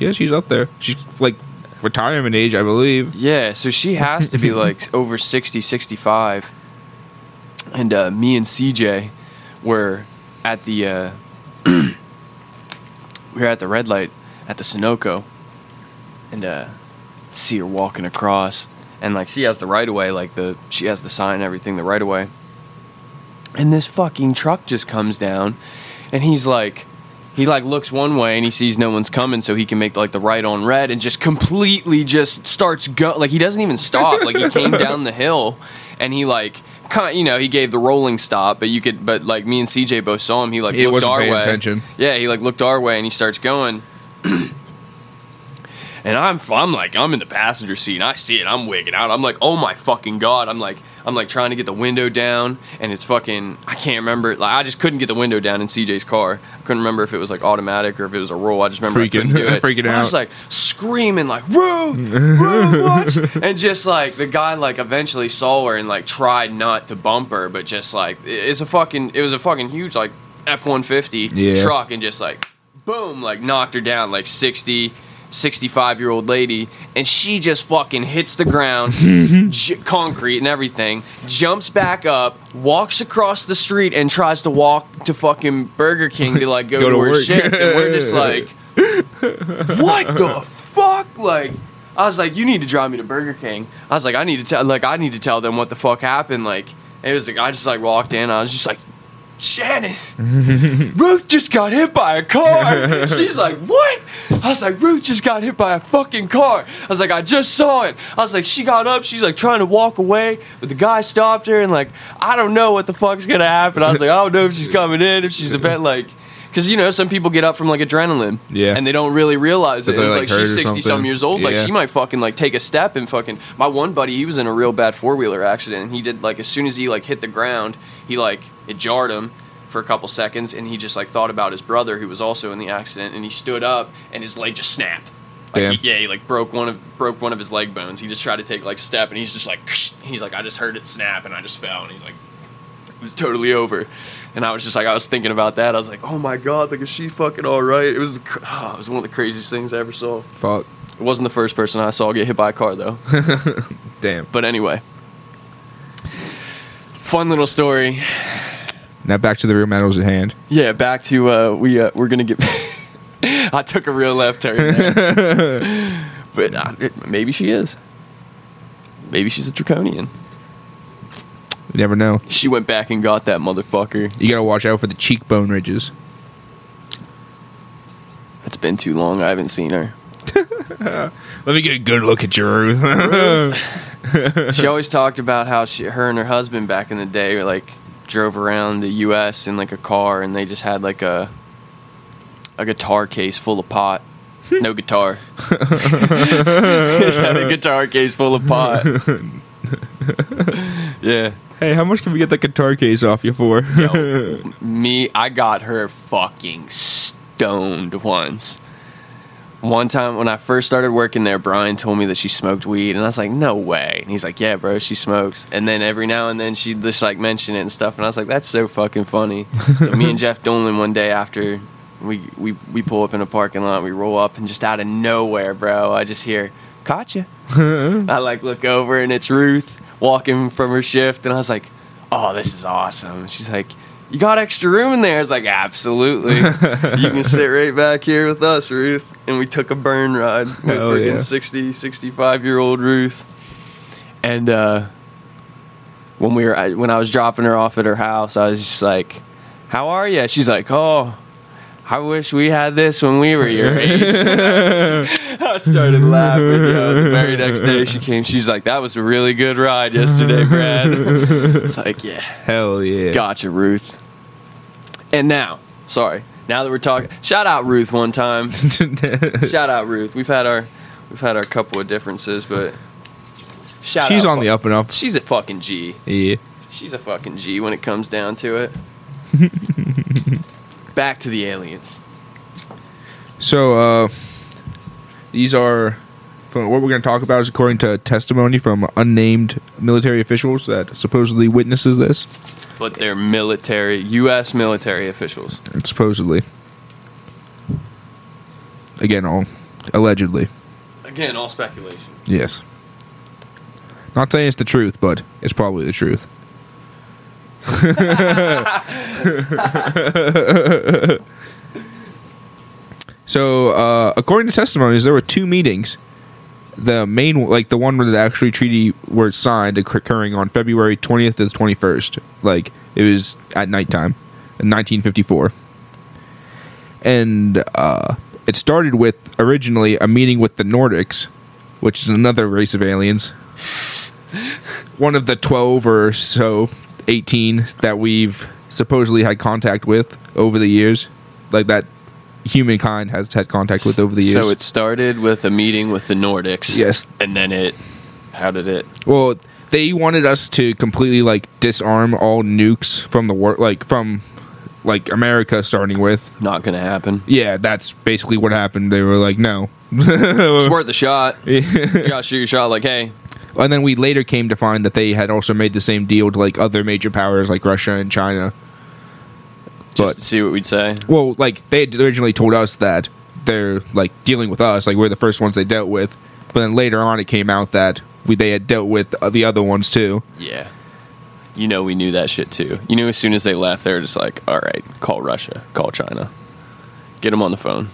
Speaker 2: yeah, she's up there. She's like retirement age, I believe.
Speaker 1: Yeah. So she has to
Speaker 2: [laughs]
Speaker 1: be like over 60, 65. And uh, me and CJ were at the uh, [clears throat] we were at the red light at the Sunoco, and uh, see her walking across, and like she has the right of way, like the she has the sign and everything, the right of way. and this fucking truck just comes down and he's like he like looks one way and he sees no one's coming so he can make like the right on red and just completely just starts go like he doesn't even stop like he
Speaker 2: [laughs]
Speaker 1: came down the hill and he like kind you know he gave the rolling stop but you could but like me and CJ both saw him he like
Speaker 2: He
Speaker 1: looked
Speaker 2: wasn't
Speaker 1: our
Speaker 2: paying
Speaker 1: way
Speaker 2: attention.
Speaker 1: yeah he like looked our way and he starts going and I'm I'm like I'm in the passenger seat and I see it. I'm wigging out. I'm like, oh my fucking god. I'm like I'm like trying to get the window down and it's fucking I can't remember. Like I just couldn't get the window down in CJ's car. I couldn't remember if it was like automatic or if it was a roll. I just remember I
Speaker 2: Freaking- [laughs]
Speaker 1: couldn't do it.
Speaker 2: freaking
Speaker 1: I was
Speaker 2: out.
Speaker 1: like screaming like Ruth, Ruth, what? and just like the guy like eventually saw her and like tried not to bump her, but just like it- it's a fucking it was a fucking huge like F one fifty
Speaker 2: Yeah.
Speaker 1: truck and just like boom like knocked her down like 60 65 year old lady and she just fucking hits the ground j- concrete and everything jumps back up walks across the street and tries to walk to fucking burger king to
Speaker 2: [laughs]
Speaker 1: like go,
Speaker 2: Go
Speaker 1: to,
Speaker 2: to
Speaker 1: her
Speaker 2: work.
Speaker 1: shift and we're
Speaker 2: [laughs]
Speaker 1: just like what the fuck like i was like you need to drive me to burger king i was like i need to tell like i need to tell them what the fuck happened like it was like i just like walked in i was just like shannon [laughs] Ruth just got hit by a
Speaker 2: [laughs]
Speaker 1: car. She's like, what? I was like, Ruth just got hit by a fucking car. I was like, I just saw it. I was like, she got up. She's like trying to walk away, but the guy
Speaker 2: [laughs]
Speaker 1: stopped her and like, I don't know what the fuck's gonna happen. I was like, I don't know if she's coming in, if she's event like. because you know some people get up from like adrenaline,
Speaker 2: Yeah.
Speaker 1: and they don't really realize
Speaker 2: That
Speaker 1: it. It
Speaker 2: they're,
Speaker 1: was like
Speaker 2: like, hurt
Speaker 1: she's
Speaker 2: or
Speaker 1: sixty
Speaker 2: something.
Speaker 1: some years old, like
Speaker 2: Yeah.
Speaker 1: she might fucking like take a step and fucking. My one buddy, he was in a real bad four wheeler accident. And he did like as soon as he like hit the ground, he like it jarred him for a couple seconds, and he just like thought about his brother who was also in the accident, and he stood up and his leg just snapped.
Speaker 2: Damn.
Speaker 1: Like, he, yeah, he like broke one of broke one of his leg bones. He just tried to take like a step, and he's just like he's like I just heard it snap, and I just fell, and he's like it was totally over. And I was just like, I was thinking about that. I was like, oh my god, like is she fucking all right? It was, cr- ah, it was one of the craziest things I ever saw.
Speaker 2: Fuck.
Speaker 1: It wasn't the first person I saw get hit by a car though. [laughs]
Speaker 2: Damn.
Speaker 1: But anyway, fun little story.
Speaker 2: Now back to the real matters at hand.
Speaker 1: Yeah, back to uh, we uh, we're gonna get. [laughs] I took a real left turn, there. but uh, it- maybe she is. Maybe she's a draconian.
Speaker 2: You never know.
Speaker 1: She went back and got that motherfucker.
Speaker 2: You gotta watch out for the cheekbone ridges.
Speaker 1: It's been too long. I haven't seen her.
Speaker 2: Let me get a good look at your roof.
Speaker 1: [laughs]
Speaker 2: [laughs]
Speaker 1: she always talked about how she, her and her husband back in the day, like drove around the U.S. in like a car, and they just had like a a guitar case full of pot. No guitar. [laughs] just had a guitar case full of pot. yeah.
Speaker 2: hey, how much can we get that guitar case off you for?
Speaker 1: Yo, me, I got her fucking stoned once. One time when I first started working there, Brian told me that she smoked weed, and I was like, "No way!" And he's like, "Yeah, bro, she smokes." And then every now and then she would just like mention it and stuff, and I was like, "That's so fucking funny." so me and Jeff Dolan one day after we we we pull up in a parking lot, we roll up, and just out of nowhere, bro, I just hear, "Gotcha." I like look over and it's Ruth walking from her shift, and I was like, "Oh, this is awesome." She's like, "You got extra room in there?" I was like, "Absolutely. you
Speaker 2: [laughs]
Speaker 1: can sit right back here with us, Ruth." And we took a burn ride with
Speaker 2: Hell
Speaker 1: freaking
Speaker 2: yeah.
Speaker 1: 60, 65 year old Ruth, and uh, when we were I- when I was dropping her off at her house, I was just like, "How are you?" She's like, "Oh." I wish we had this when we were your age. [laughs]
Speaker 2: [laughs]
Speaker 1: I started laughing. Yo. The very next day, she came. She's like, "That was a really good ride yesterday, Brad." it's like, yeah,
Speaker 2: [laughs] Hell yeah. [laughs]
Speaker 1: gotcha, Ruth. And now, sorry. Now that we're talking, shout out Ruth one
Speaker 2: [laughs]
Speaker 1: time. shout out Ruth. We've had our, we've had our couple of differences, but shout
Speaker 2: She's
Speaker 1: out
Speaker 2: on the up and up.
Speaker 1: She's a fucking G.
Speaker 2: Yeah.
Speaker 1: She's a fucking G when it comes down to it.
Speaker 2: [laughs]
Speaker 1: Back to the aliens.
Speaker 2: So, uh, these are from what we're going to talk about is according to testimony from unnamed military officials that supposedly witnesses this.
Speaker 1: But they're military, U.S. military officials.
Speaker 2: Supposedly. Again, all allegedly.
Speaker 1: Again, all speculation.
Speaker 2: Yes. Not saying it's the truth, but it's probably the truth. [laughs] so, uh, according to testimonies, there were two meetings. The main, like the one where the actually treaty were signed, occurring on February 20th to the 21st. Like it was at nighttime, in 1954 and uh, it started with originally a meeting with the Nordics, which is another race of aliens. [laughs] One of the twelve or so, eighteen that we've supposedly had contact with over the years, like that humankind has had contact with over the years.
Speaker 1: So it started with a meeting with the Nordics.
Speaker 2: Yes.
Speaker 1: And then it, how did it?
Speaker 2: Well, they wanted us to completely like disarm all nukes from the war, like from like America, starting with.
Speaker 1: Not going to happen.
Speaker 2: Yeah, that's basically what happened. They were like, no. [laughs]
Speaker 1: It's worth a shot. you got to shoot your shot like, hey,
Speaker 2: And then we later came to find that they had also made the same deal to like other major powers like Russia and China.
Speaker 1: just
Speaker 2: But-
Speaker 1: to see what we'd say.
Speaker 2: Well, like they had originally told us that they're like dealing with us, like we're the first ones they dealt with. But then later on, it came out that we they had dealt with uh, the other ones too.
Speaker 1: Yeah. You know, we knew that shit too. You knew as soon as they left, they were just like, all right, call Russia, call China, get them on the phone.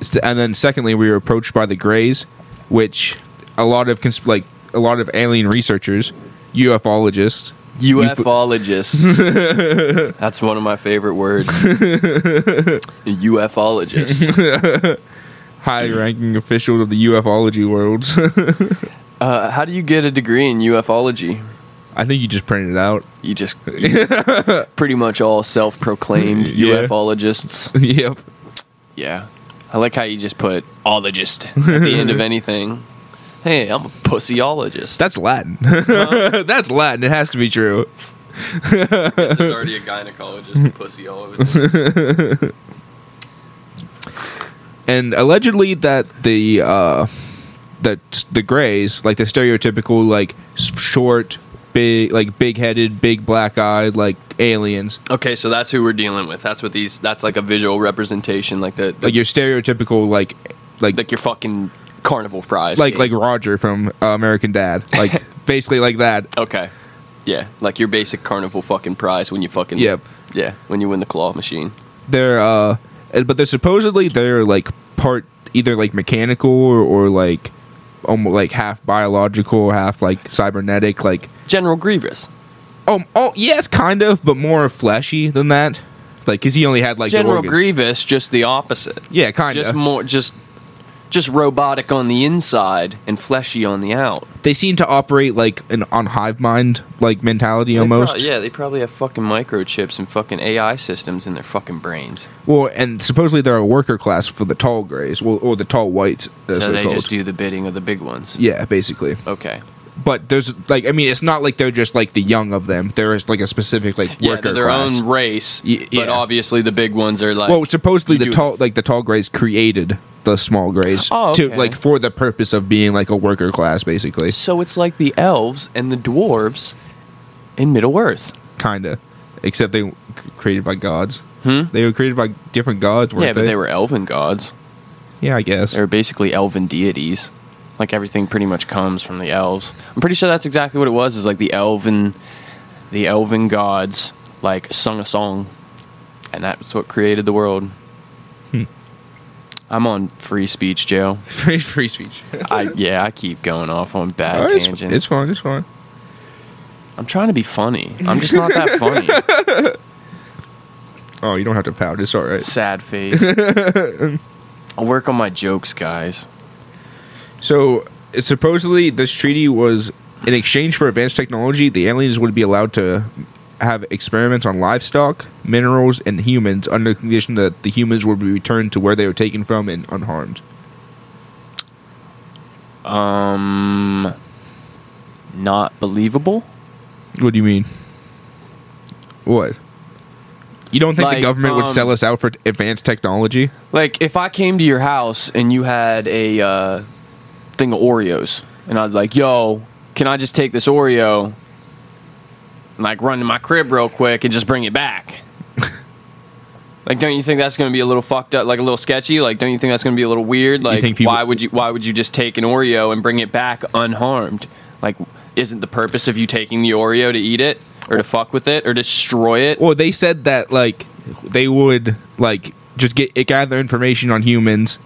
Speaker 2: S- And then secondly, we were approached by the Greys, which a lot of cons- like a lot of alien researchers, ufologists.
Speaker 1: UFologists. That's one of my favorite words. UFologist.
Speaker 2: High-ranking officials of the ufology worlds.
Speaker 1: Uh, how do you get a degree in ufology?
Speaker 2: [laughs] I think you just printed it out. [laughs]
Speaker 1: You just you just- pretty much all self-proclaimed
Speaker 2: Yeah.
Speaker 1: ufologists.
Speaker 2: yep.
Speaker 1: Yeah, I like how you just put ologist at the end of anything. Hey, I'm a pussyologist.
Speaker 2: That's Latin. [laughs] That's Latin. It has to be true.
Speaker 1: Guess there's already a gynecologist, a pussy all over this.
Speaker 2: and allegedly that the uh that the grays like the stereotypical like s- short big like big headed big black eyed like aliens
Speaker 1: [laughs] Okay, so that's who we're dealing with. That's what these. That's like a visual representation, like the, the
Speaker 2: like your stereotypical like like
Speaker 1: like your fucking carnival prize.
Speaker 2: like like roger from uh, american dad
Speaker 1: [laughs]
Speaker 2: like basically like that
Speaker 1: okay, yeah, like your basic carnival fucking prize when you fucking
Speaker 2: Yep.
Speaker 1: yeah when you win the claw machine.
Speaker 2: they're uh and- but they're supposedly they're like part either like mechanical or, or like almost like half biological half like cybernetic like
Speaker 1: General Grievous.
Speaker 2: Oh, oh, yes, kind of, but more fleshy than that. Like, cause he only had like the
Speaker 1: General
Speaker 2: organs.
Speaker 1: Grievous, just the opposite.
Speaker 2: Yeah, kind
Speaker 1: Just
Speaker 2: of.
Speaker 1: more, just just robotic on the inside and fleshy on the out.
Speaker 2: they seem to operate like an on hive mind like mentality
Speaker 1: They
Speaker 2: almost.
Speaker 1: prob- yeah, they probably have fucking microchips and fucking AI systems in their fucking brains.
Speaker 2: Well, and supposedly they're a worker class for the tall grays, well, or the tall whites. as
Speaker 1: so
Speaker 2: they're
Speaker 1: they
Speaker 2: called.
Speaker 1: just do the bidding of the big ones.
Speaker 2: Yeah, basically.
Speaker 1: Okay.
Speaker 2: But there's like, I mean, it's not like they're just like the young of them. There is like a specific like
Speaker 1: Yeah,
Speaker 2: worker
Speaker 1: they're their
Speaker 2: class.
Speaker 1: own race,
Speaker 2: Y- yeah.
Speaker 1: but obviously the big ones are like.
Speaker 2: well, supposedly
Speaker 1: you
Speaker 2: the
Speaker 1: do-
Speaker 2: tall like the tall grays created the small grays
Speaker 1: Oh,
Speaker 2: to
Speaker 1: okay.
Speaker 2: like for the purpose of being like a worker class, basically.
Speaker 1: so it's like the elves and the dwarves in Middle Earth.
Speaker 2: kind of except they were c- created by gods they were created by different gods weren't
Speaker 1: Hmm? yeah, but they were elven gods.
Speaker 2: yeah i guess
Speaker 1: They were basically elven deities. Like everything pretty much comes from the elves. I'm pretty sure that's exactly what it was. Is like the elven, the elven gods like sung a song, and that's what created the world.
Speaker 2: Hmm.
Speaker 1: I'm on free speech, Joe.
Speaker 2: [laughs] free, free speech
Speaker 1: I yeah, I keep going off on bad
Speaker 2: All right, [laughs] it's,
Speaker 1: tangents.
Speaker 2: it's fine it's fine
Speaker 1: I'm trying to be funny. I'm just not that
Speaker 2: [laughs]
Speaker 1: funny.
Speaker 2: oh you don't have to pout it's all right
Speaker 1: Sad face. I work on my jokes, guys.
Speaker 2: so it's supposedly this treaty was in exchange for advanced technology the aliens would be allowed to have experiments on livestock minerals and humans under the condition that the humans would be returned to where they were taken from and unharmed
Speaker 1: Um, not believable.
Speaker 2: what do you mean what you don't think
Speaker 1: Like,
Speaker 2: the government would
Speaker 1: um,
Speaker 2: sell us out for advanced technology
Speaker 1: Like if I came to your house and you had a uh, thing of Oreos, and I was like, "Yo, can I just take this Oreo and like run to my crib real quick and just bring it
Speaker 2: [laughs]
Speaker 1: back?" like, don't you think that's going to be a little fucked up, like a little sketchy? Like, don't you think that's going to be a little weird? Like,
Speaker 2: think people-
Speaker 1: why would you why would you just take an Oreo and bring it back unharmed? Like, isn't the purpose of you taking the Oreo to eat it or to fuck with it or destroy it?
Speaker 2: Well, they said that like they would like just get gather information on humans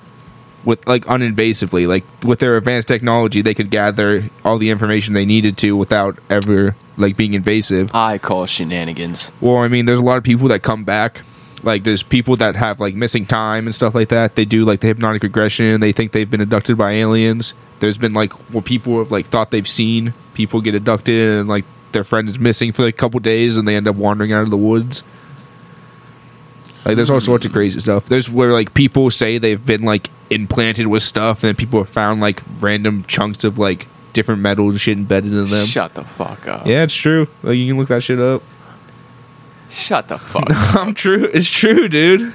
Speaker 2: with like uninvasively, like with their advanced technology, they could gather all the information they needed to without ever like being invasive.
Speaker 1: I call shenanigans.
Speaker 2: Well, I mean, there's a lot of people that come back. Like there's people that have like missing time and stuff like that. They do like the hypnotic regression. They think they've been abducted by aliens. There's been like where people have like thought they've seen people get abducted and like their friend is missing for like, a couple days and they end up wandering out of the woods. Like there's all sorts of crazy stuff. There's where like people say they've been like implanted with stuff and then people have found like random chunks of like different metal and shit embedded in them.
Speaker 1: Shut the fuck up.
Speaker 2: Yeah, it's true. Like you can look that shit up.
Speaker 1: Shut the fuck.
Speaker 2: [laughs] I'm true. It's true, dude.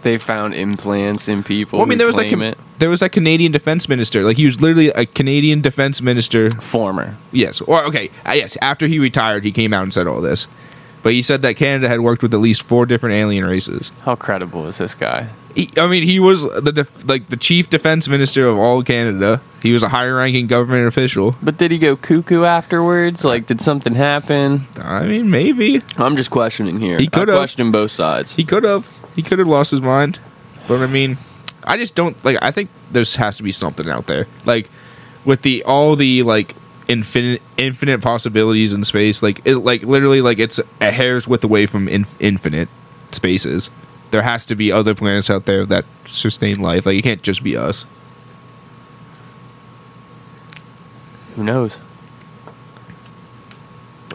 Speaker 1: They found implants in people.
Speaker 2: Well, I mean,
Speaker 1: who
Speaker 2: there was like
Speaker 1: claim
Speaker 2: a,
Speaker 1: it.
Speaker 2: there was that Canadian defense minister. Like he was literally a Canadian defense minister.
Speaker 1: former.
Speaker 2: Yes, or okay, uh, yes. After he retired, he came out and said all this, but he said that Canada had worked with at least four different alien races.
Speaker 1: How credible is this guy?
Speaker 2: He, I mean, he was the def, like the chief defense minister of all Canada. He was a high-ranking government official.
Speaker 1: But did he go cuckoo afterwards? Like, did something happen?
Speaker 2: I mean, maybe
Speaker 1: I'm just questioning here.
Speaker 2: He
Speaker 1: I
Speaker 2: could've.
Speaker 1: question both sides.
Speaker 2: he could have. He could have lost his mind, but I mean, I just don't like. I think there's has to be something out there, like with the all the like infinite infinite possibilities in space. Like it, like literally, like it's a hair's width away from in, infinite spaces. There has to be other planets out there that sustain life. Like it can't just be us.
Speaker 1: Who knows?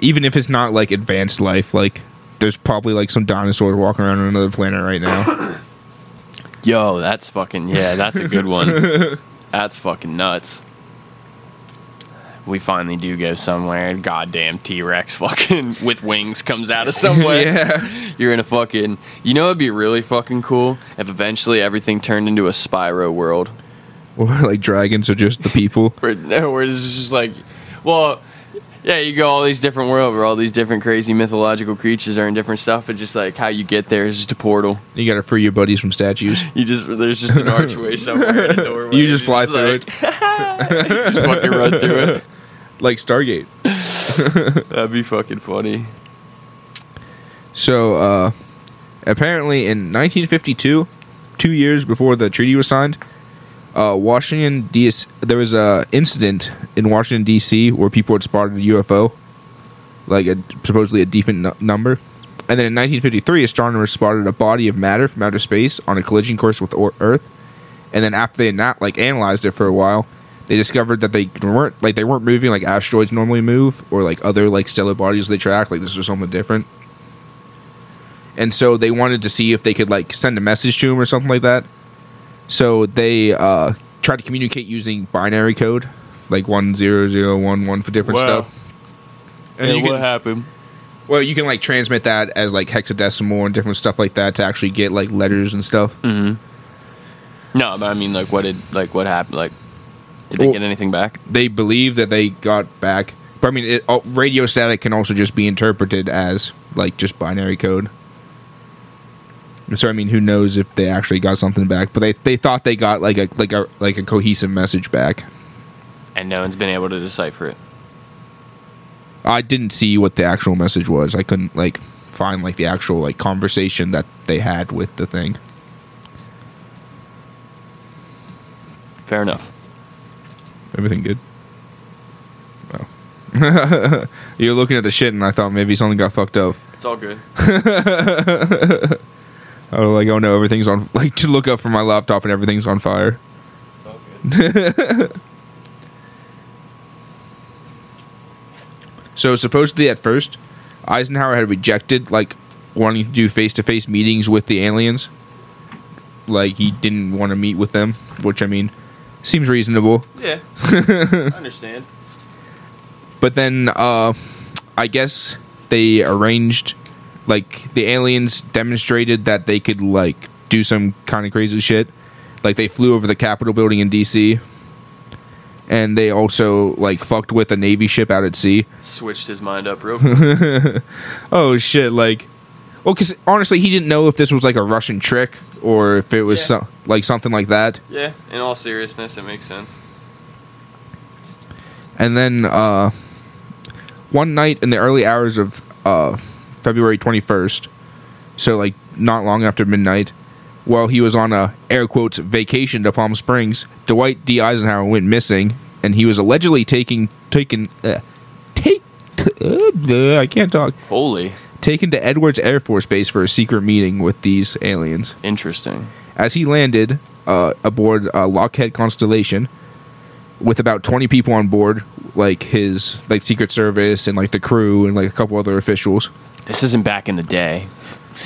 Speaker 2: even if it's not like advanced life, like there's probably like some dinosaurs walking around on another planet right now. [laughs]
Speaker 1: Yo, that's fucking yeah, that's a good one. that's fucking nuts. We finally do go somewhere. and Goddamn T Rex fucking [laughs] with wings comes out of somewhere.
Speaker 2: Yeah.
Speaker 1: You're in a fucking you know it'd be really fucking cool if eventually everything turned into a Spyro world.
Speaker 2: or like dragons or just the people.
Speaker 1: Where no where [laughs] it's just like well yeah, you go all these different worlds where all these different crazy mythological creatures are in different stuff, but just like how you get there is just a portal.
Speaker 2: You gotta free your buddies from statues.
Speaker 1: You just there's just an archway
Speaker 2: [laughs]
Speaker 1: somewhere in a doorway.
Speaker 2: You just fly through
Speaker 1: it. [laughs] you just fucking run through it.
Speaker 2: Like Stargate.
Speaker 1: That'd be fucking funny.
Speaker 2: So uh apparently in nineteen fifty two, two years before the treaty was signed, uh, Washington D. There was a incident in Washington D.C. where people had spotted a UFO, like a supposedly a different nu- number, and then in 1953, astronomers spotted a body of matter from outer space on a collision course with or- Earth, and then after they not like analyzed it for a while, they discovered that they weren't like they weren't moving like asteroids normally move or like other like stellar bodies they track. Like this was something different. And so they wanted to see if they could like send a message to him or something like that. So they uh, tried to communicate using binary code, like one zero zero one one for different
Speaker 1: Wow.
Speaker 2: stuff. And, you can,
Speaker 1: happened?
Speaker 2: well, you can like transmit that as like hexadecimal and different stuff like that to actually get like letters and stuff.
Speaker 1: No, but I mean, like, what did like what happened? Like, did they
Speaker 2: Well-
Speaker 1: get anything back?
Speaker 2: They believe that they got back, but I mean, it, oh, radio static can also just be interpreted as like just binary code. And So I mean, who knows if they actually got something back? But they, they thought they got like a like a like a cohesive message back.
Speaker 1: And no one's been able to decipher it.
Speaker 2: I didn't see what the actual message was. I couldn't like find like the actual like conversation that they had with the thing.
Speaker 1: Fair enough.
Speaker 2: Everything good? Wow. [laughs] You're looking at the shit, and I thought maybe something got fucked up.
Speaker 1: It's all good.
Speaker 2: I was like, oh no, everything's on. [laughs] Like to look up from my laptop, and everything's on fire.
Speaker 1: It's all
Speaker 2: [laughs]
Speaker 1: good.
Speaker 2: So supposedly at first, Eisenhower had rejected like wanting to do face to face meetings with the aliens. Like he didn't want to meet with them, which I mean, seems reasonable. [laughs]
Speaker 1: yeah, I understand.
Speaker 2: But then, uh, I guess they arranged, like, the aliens demonstrated that they could, like, do some kind of crazy shit. Like, they flew over the Capitol building in D.C., and they also, like, fucked with a Navy ship out at sea.
Speaker 1: Switched his mind up
Speaker 2: [laughs]
Speaker 1: real quick.
Speaker 2: Oh, shit, like. Well, because honestly, he didn't know if this was, like, a Russian trick or if it was,
Speaker 1: Yeah.
Speaker 2: so- like, something like that.
Speaker 1: yeah, in all seriousness, it makes sense.
Speaker 2: And then uh, one night in the early hours of uh, February 21st, so like not long after midnight, while he was on a air quotes vacation to Palm Springs, Dwight D. Eisenhower went missing, and he was allegedly taking taken uh, take uh, bleh, I can't talk
Speaker 1: Holy,
Speaker 2: taken to Edwards Air Force Base for a secret meeting with these aliens.
Speaker 1: interesting.
Speaker 2: As he landed uh, aboard uh, Lockheed Constellation with about 20 people on board, like his like Secret Service and like the crew and like a couple other officials.
Speaker 1: This isn't back in the day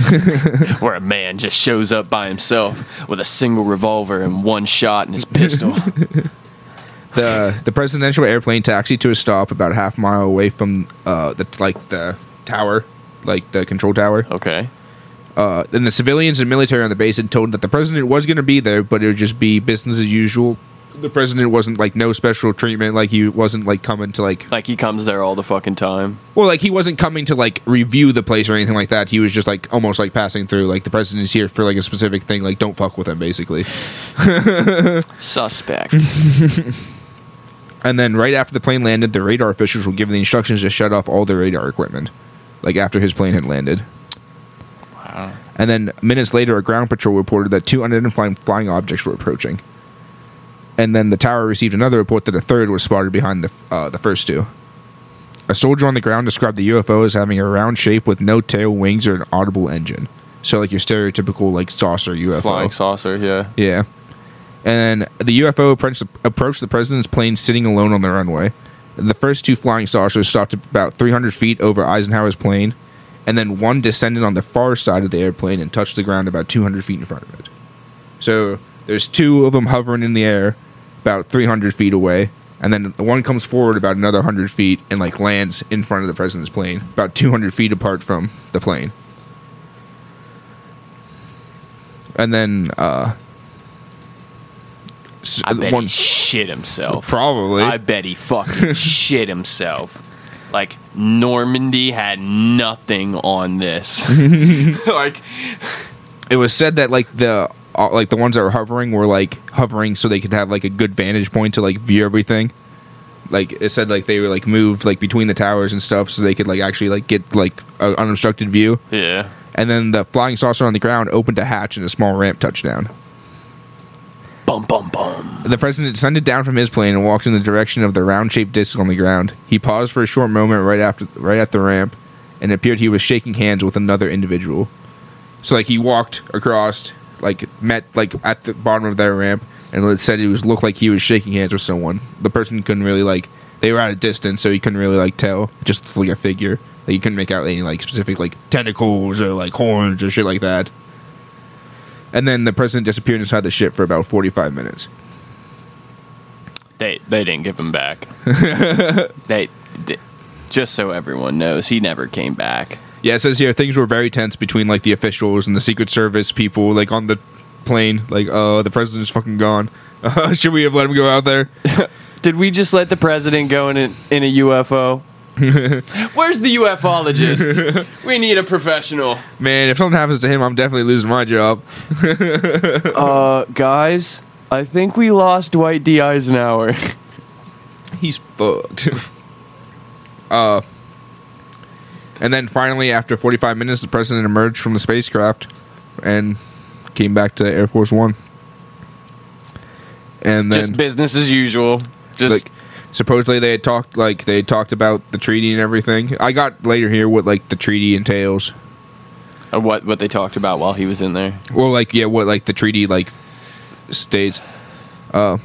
Speaker 1: [laughs] where a man just shows up by himself with a single revolver and one shot in his [laughs] pistol.
Speaker 2: The the presidential airplane taxied to a stop about a half mile away from uh, the like the tower, like the control tower.
Speaker 1: okay.
Speaker 2: Uh, and the civilians and military on the base had told that the president was going to be there, but it would just be business as usual. The president wasn't like no special treatment, like he wasn't like coming to like
Speaker 1: Like he comes there all the fucking time.
Speaker 2: Well, like he wasn't coming to like review the place or anything like that. He was just like almost like passing through. Like the president's here for like a specific thing. Like don't fuck with him, basically.
Speaker 1: Suspect.
Speaker 2: And then right after the plane landed, the radar officials were given the instructions to shut off all the radar equipment. Like after his plane had landed.
Speaker 1: wow.
Speaker 2: And then minutes later, a ground patrol reported that two unidentified flying objects were approaching. And then the tower received another report that a third was spotted behind the uh, the first two. A soldier on the ground described the UFO as having a round shape with no tail, wings, or an audible engine. So like your stereotypical like saucer UFO.
Speaker 1: Flying saucer, yeah.
Speaker 2: Yeah. And the UFO approached the, approached the president's plane sitting alone on the runway. The first two flying saucers stopped about 300 feet over Eisenhower's plane, and then one descended on the far side of the airplane and touched the ground about 200 feet in front of it. So there's two of them hovering in the air about 300 feet away, and then one comes forward about another 100 feet and like lands in front of the president's plane, about 200 feet apart from the plane. And then, uh, s-
Speaker 1: I bet
Speaker 2: one-
Speaker 1: he shit himself. [laughs]
Speaker 2: probably
Speaker 1: I bet he fucking shit himself. Like Normandy had nothing on [laughs] this. like
Speaker 2: it was said that like the uh, like the ones that were hovering were like hovering so they could have like a good vantage point to like view everything. Like it said, like they were like moved like between the towers and stuff, so they could like actually like get like an unobstructed view.
Speaker 1: yeah.
Speaker 2: And then the flying saucer on the ground opened a hatch and a small ramp touched down.
Speaker 1: Bum bum bum.
Speaker 2: The president descended down from his plane and walked in the direction of the round-shaped disc on the ground. He paused for a short moment right after right at the ramp, and it appeared he was shaking hands with another individual. So like he walked across, like met like at the bottom of that ramp, and it said it was looked like he was shaking hands with someone. The person couldn't really like they were at a distance, so he couldn't really like tell. Just like a figure, like you couldn't make out any like specific like tentacles or like horns or shit like that. And then the president disappeared inside the ship for about forty-five minutes.
Speaker 1: They they didn't give him [laughs] back. they, they just so everyone knows, he never came back.
Speaker 2: Yeah, it says here things were very tense between like the officials and the Secret Service people, like on the plane. Like, uh, the president's fucking gone. [laughs] Uh, should we have let him go out there?
Speaker 1: Did we just let the president go in a, in a [laughs] UFO? Where's the [laughs] ufologist? we need a professional.
Speaker 2: Man, if something happens to him, I'm definitely losing my job.
Speaker 1: Uh, guys, I think we lost Dwight D. Eisenhower.
Speaker 2: He's fucked. [laughs] uh, and then finally, after 45 minutes, the president emerged from the spacecraft and came back to Air Force One. And
Speaker 1: [laughs]
Speaker 2: then
Speaker 1: just business as usual. Just
Speaker 2: like supposedly they had talked like they had talked about the treaty and everything. I got later here what like the treaty entails.
Speaker 1: uh, what what they talked about while he was in there.
Speaker 2: Well, like yeah, what like the treaty like states. Uh,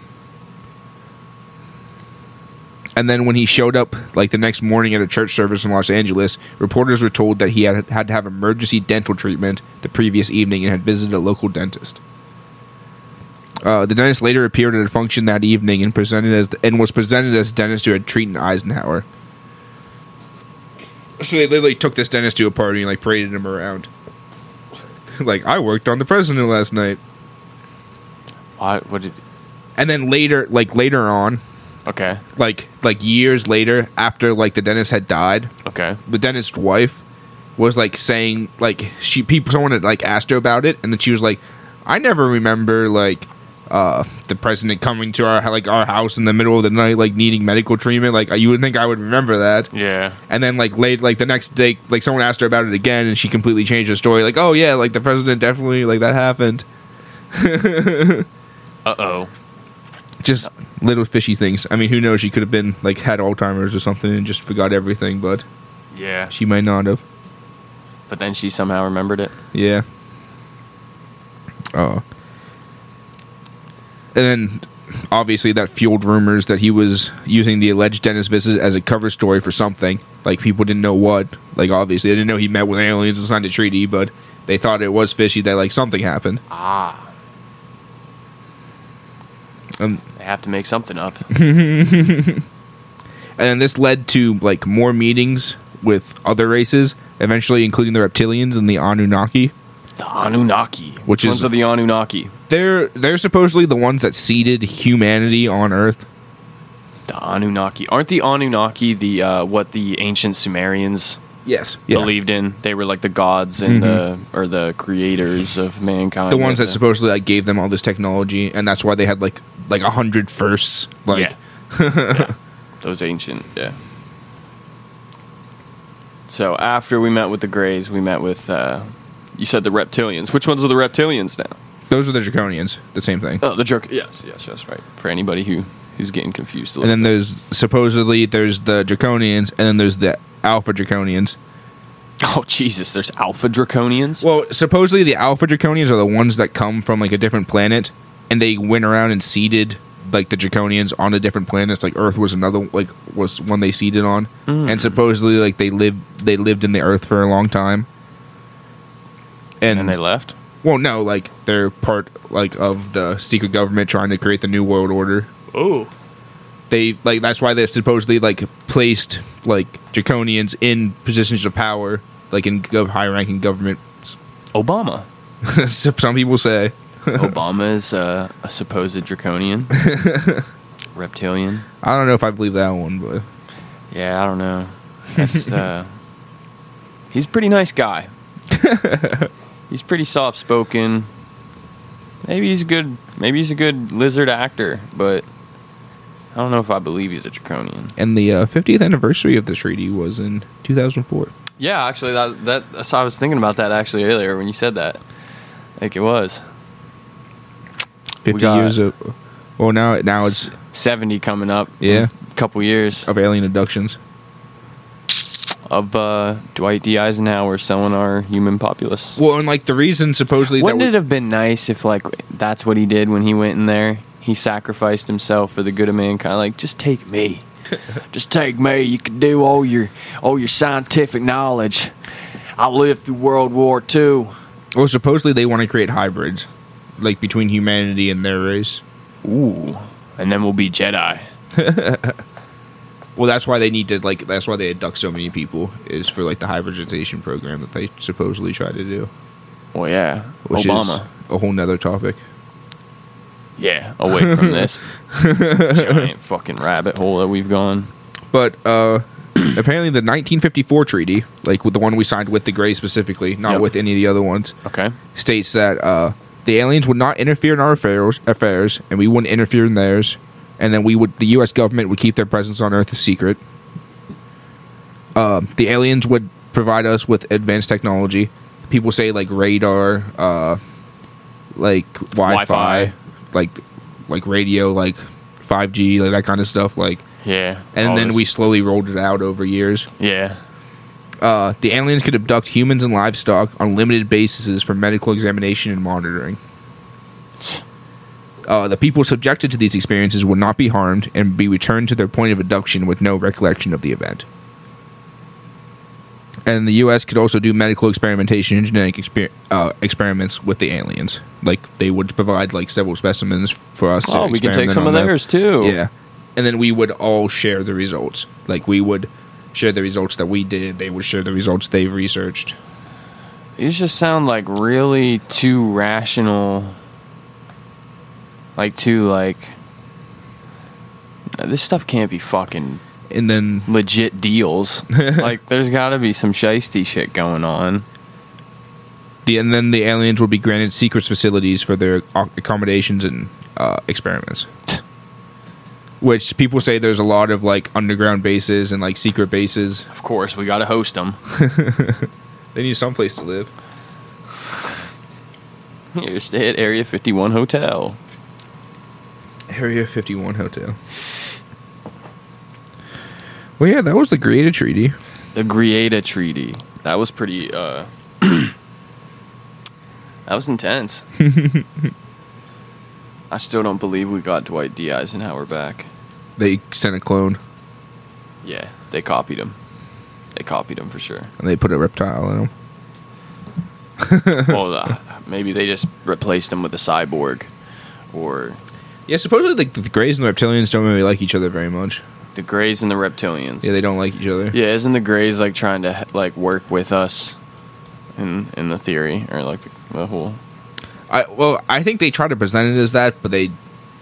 Speaker 2: and then when he showed up like the next morning at a church service in Los Angeles, reporters were told that he had had to have emergency dental treatment the previous evening and had visited a local dentist. Uh, the dentist later appeared at a function that evening and presented as and was presented as the dentist who had treated Eisenhower. So they literally took this dentist to a party and like paraded him around [laughs] like I worked on the president last night.
Speaker 1: What, what did?
Speaker 2: And then later, like later on,
Speaker 1: Okay,
Speaker 2: like like years later, after like the dentist had died,
Speaker 1: okay.
Speaker 2: the dentist's wife was like saying like she people someone had like asked her about it, and then she was like, I never remember like uh the president coming to our like our house in the middle of the night like needing medical treatment. Like you would think I would remember that.
Speaker 1: Yeah.
Speaker 2: And then like late like the next day like someone asked her about it again and she completely changed her story like oh yeah like the president definitely like that happened
Speaker 1: Uh oh.
Speaker 2: just little fishy things. I mean, who knows? She could have been like had Alzheimer's or something and just forgot everything, but
Speaker 1: Yeah.
Speaker 2: she might not have.
Speaker 1: But then she somehow remembered it.
Speaker 2: Yeah. Oh. And then obviously that fueled rumors that he was using the alleged dentist visit as a cover story for something. Like people didn't know what. Like obviously they didn't know he met with aliens and signed a treaty, but they thought it was fishy that like something happened.
Speaker 1: Ah,
Speaker 2: Um,
Speaker 1: they have to make something up. [laughs]
Speaker 2: and this led to like more meetings with other races, eventually including the reptilians and the Anunnaki.
Speaker 1: The Anunnaki.
Speaker 2: Which is-
Speaker 1: ones are the Anunnaki?
Speaker 2: They're they're supposedly the ones that seeded humanity on Earth.
Speaker 1: The Anunnaki aren't the Anunnaki the uh, what the ancient Sumerians
Speaker 2: Yes, yeah. Mm-hmm.
Speaker 1: believed in? They were like the gods and the or the creators of mankind.
Speaker 2: the ones that
Speaker 1: supposed
Speaker 2: supposedly like gave them all this technology, and that's why they had like like a hundred firsts. Like
Speaker 1: yeah.
Speaker 2: [laughs]
Speaker 1: Yeah. Those ancient, yeah. So after we met with the Greys, we met with uh, you said the reptilians. Which ones are the reptilians now?
Speaker 2: those are the Draconians. The same thing.
Speaker 1: Oh, the jerk. Yes, yes, yes, right. For anybody who who's getting confused a
Speaker 2: And
Speaker 1: little.
Speaker 2: then there's supposedly there's the Draconians, and then there's the Alpha Draconians.
Speaker 1: [laughs] oh Jesus, there's alpha draconians.
Speaker 2: Well, supposedly the Alpha Draconians are the ones that come from like a different planet, and they went around and seeded like the Draconians onto different planets. Like Earth was another like was one they seeded on, and supposedly like they lived they lived in the Earth for a long time. And,
Speaker 1: and they left.
Speaker 2: well, no, like they're part like of the secret government trying to create the new world order.
Speaker 1: Oh,
Speaker 2: They like that's why they supposedly like placed like Draconians in positions of power, like in gov- high ranking government. [laughs]
Speaker 1: Obama.
Speaker 2: Some people say.
Speaker 1: Obama is uh, a supposed
Speaker 2: [laughs]
Speaker 1: draconian, reptilian.
Speaker 2: I don't know if I believe that one, but
Speaker 1: Yeah, I don't know. That's
Speaker 2: [laughs]
Speaker 1: uh, he's a pretty nice guy. he's pretty soft spoken. Maybe he's a good. Maybe he's a good lizard actor, but I don't know if I believe he's a draconian.
Speaker 2: and the uh, 50th anniversary of the treaty was in 2004.
Speaker 1: Yeah, actually, that that so I was thinking about that actually earlier when you said that. Like it was
Speaker 2: 50
Speaker 1: got-
Speaker 2: years of well now now it's
Speaker 1: seventy coming up.
Speaker 2: Yeah. Uh,
Speaker 1: a couple years
Speaker 2: of alien abductions.
Speaker 1: of uh, Dwight D. Eisenhower selling our human populace.
Speaker 2: Well, and like the reason supposedly
Speaker 1: Wouldn't
Speaker 2: that
Speaker 1: it have been nice if like that's what he did when he went in there? He sacrificed himself for the good of mankind. Like, just take
Speaker 2: [laughs]
Speaker 1: me, just take me. You can do all your all your scientific knowledge. I lived through World War II.
Speaker 2: we, well supposedly they want to create hybrids like between humanity and their race.
Speaker 1: Ooh, and then we'll be Jedi.
Speaker 2: Well, that's why they need to like that's why they abduct so many people is for like the hybridization program that they supposedly try to do.
Speaker 1: Well, yeah,
Speaker 2: Which
Speaker 1: Obama.
Speaker 2: is a whole nother topic.
Speaker 1: Yeah, away from this giant fucking rabbit hole that we've gone.
Speaker 2: But uh [clears throat] apparently the 1954 treaty, like with the one we signed with the Gray specifically, not
Speaker 1: Yep.
Speaker 2: with any of the other ones.
Speaker 1: Okay.
Speaker 2: states that uh, the aliens would not interfere in our affairs, affairs, and we wouldn't interfere in theirs, and then we would the U.S. government would keep their presence on Earth a secret. Uh, the aliens would provide us with advanced technology. People say like radar, uh, like Wi-Fi,
Speaker 1: Wi-Fi.
Speaker 2: like like radio, like five G, like that kind of stuff. Like,
Speaker 1: Yeah.
Speaker 2: and
Speaker 1: all
Speaker 2: then
Speaker 1: this-
Speaker 2: we slowly rolled it out over years.
Speaker 1: Yeah.
Speaker 2: Uh, the aliens could abduct humans and livestock on limited bases for medical examination and monitoring. Uh, the people subjected to these experiences would not be harmed and be returned to their point of abduction with no recollection of the event. And the U.S. could also do medical experimentation and genetic exper- uh, experiments with the aliens. Like they would provide like several specimens for us. to
Speaker 1: Oh, we can take
Speaker 2: experiment
Speaker 1: some of
Speaker 2: on them.
Speaker 1: theirs too.
Speaker 2: Yeah. And then we would all share the results. Like we would share the results that we did. They would share the results they've researched.
Speaker 1: These just sound like really too rational. Like too like this stuff can't be fucking
Speaker 2: And then
Speaker 1: legit deals. like there's got to be some shisty shit going on.
Speaker 2: the and then the aliens would be granted secret facilities for their ac- accommodations and uh, experiments. [laughs] Which people say there's a lot of like underground bases and like secret bases.
Speaker 1: Of course, we got to host them.
Speaker 2: They need someplace to live.
Speaker 1: Here, stay at Area 51 Hotel.
Speaker 2: Area 51 Hotel. Well, yeah, that was the Greater Treaty.
Speaker 1: the Grieta Treaty. That was pretty. Uh, [clears throat] that was
Speaker 2: [laughs]
Speaker 1: intense. I still don't believe we got Dwight D. Eisenhower back.
Speaker 2: They sent a clone
Speaker 1: Yeah, they copied him. They copied him for
Speaker 2: [laughs]
Speaker 1: sure.
Speaker 2: and they put a reptile in him.
Speaker 1: well, uh, maybe they just replaced him with a cyborg, or
Speaker 2: Yeah, supposedly like the Greys and the Reptilians don't really like each other very much.
Speaker 1: the Greys and the Reptilians.
Speaker 2: Yeah, they don't like each other.
Speaker 1: Yeah, isn't the Greys like trying to like work with us in in the theory or like the, the whole?
Speaker 2: I well, I think they try to present it as that, but they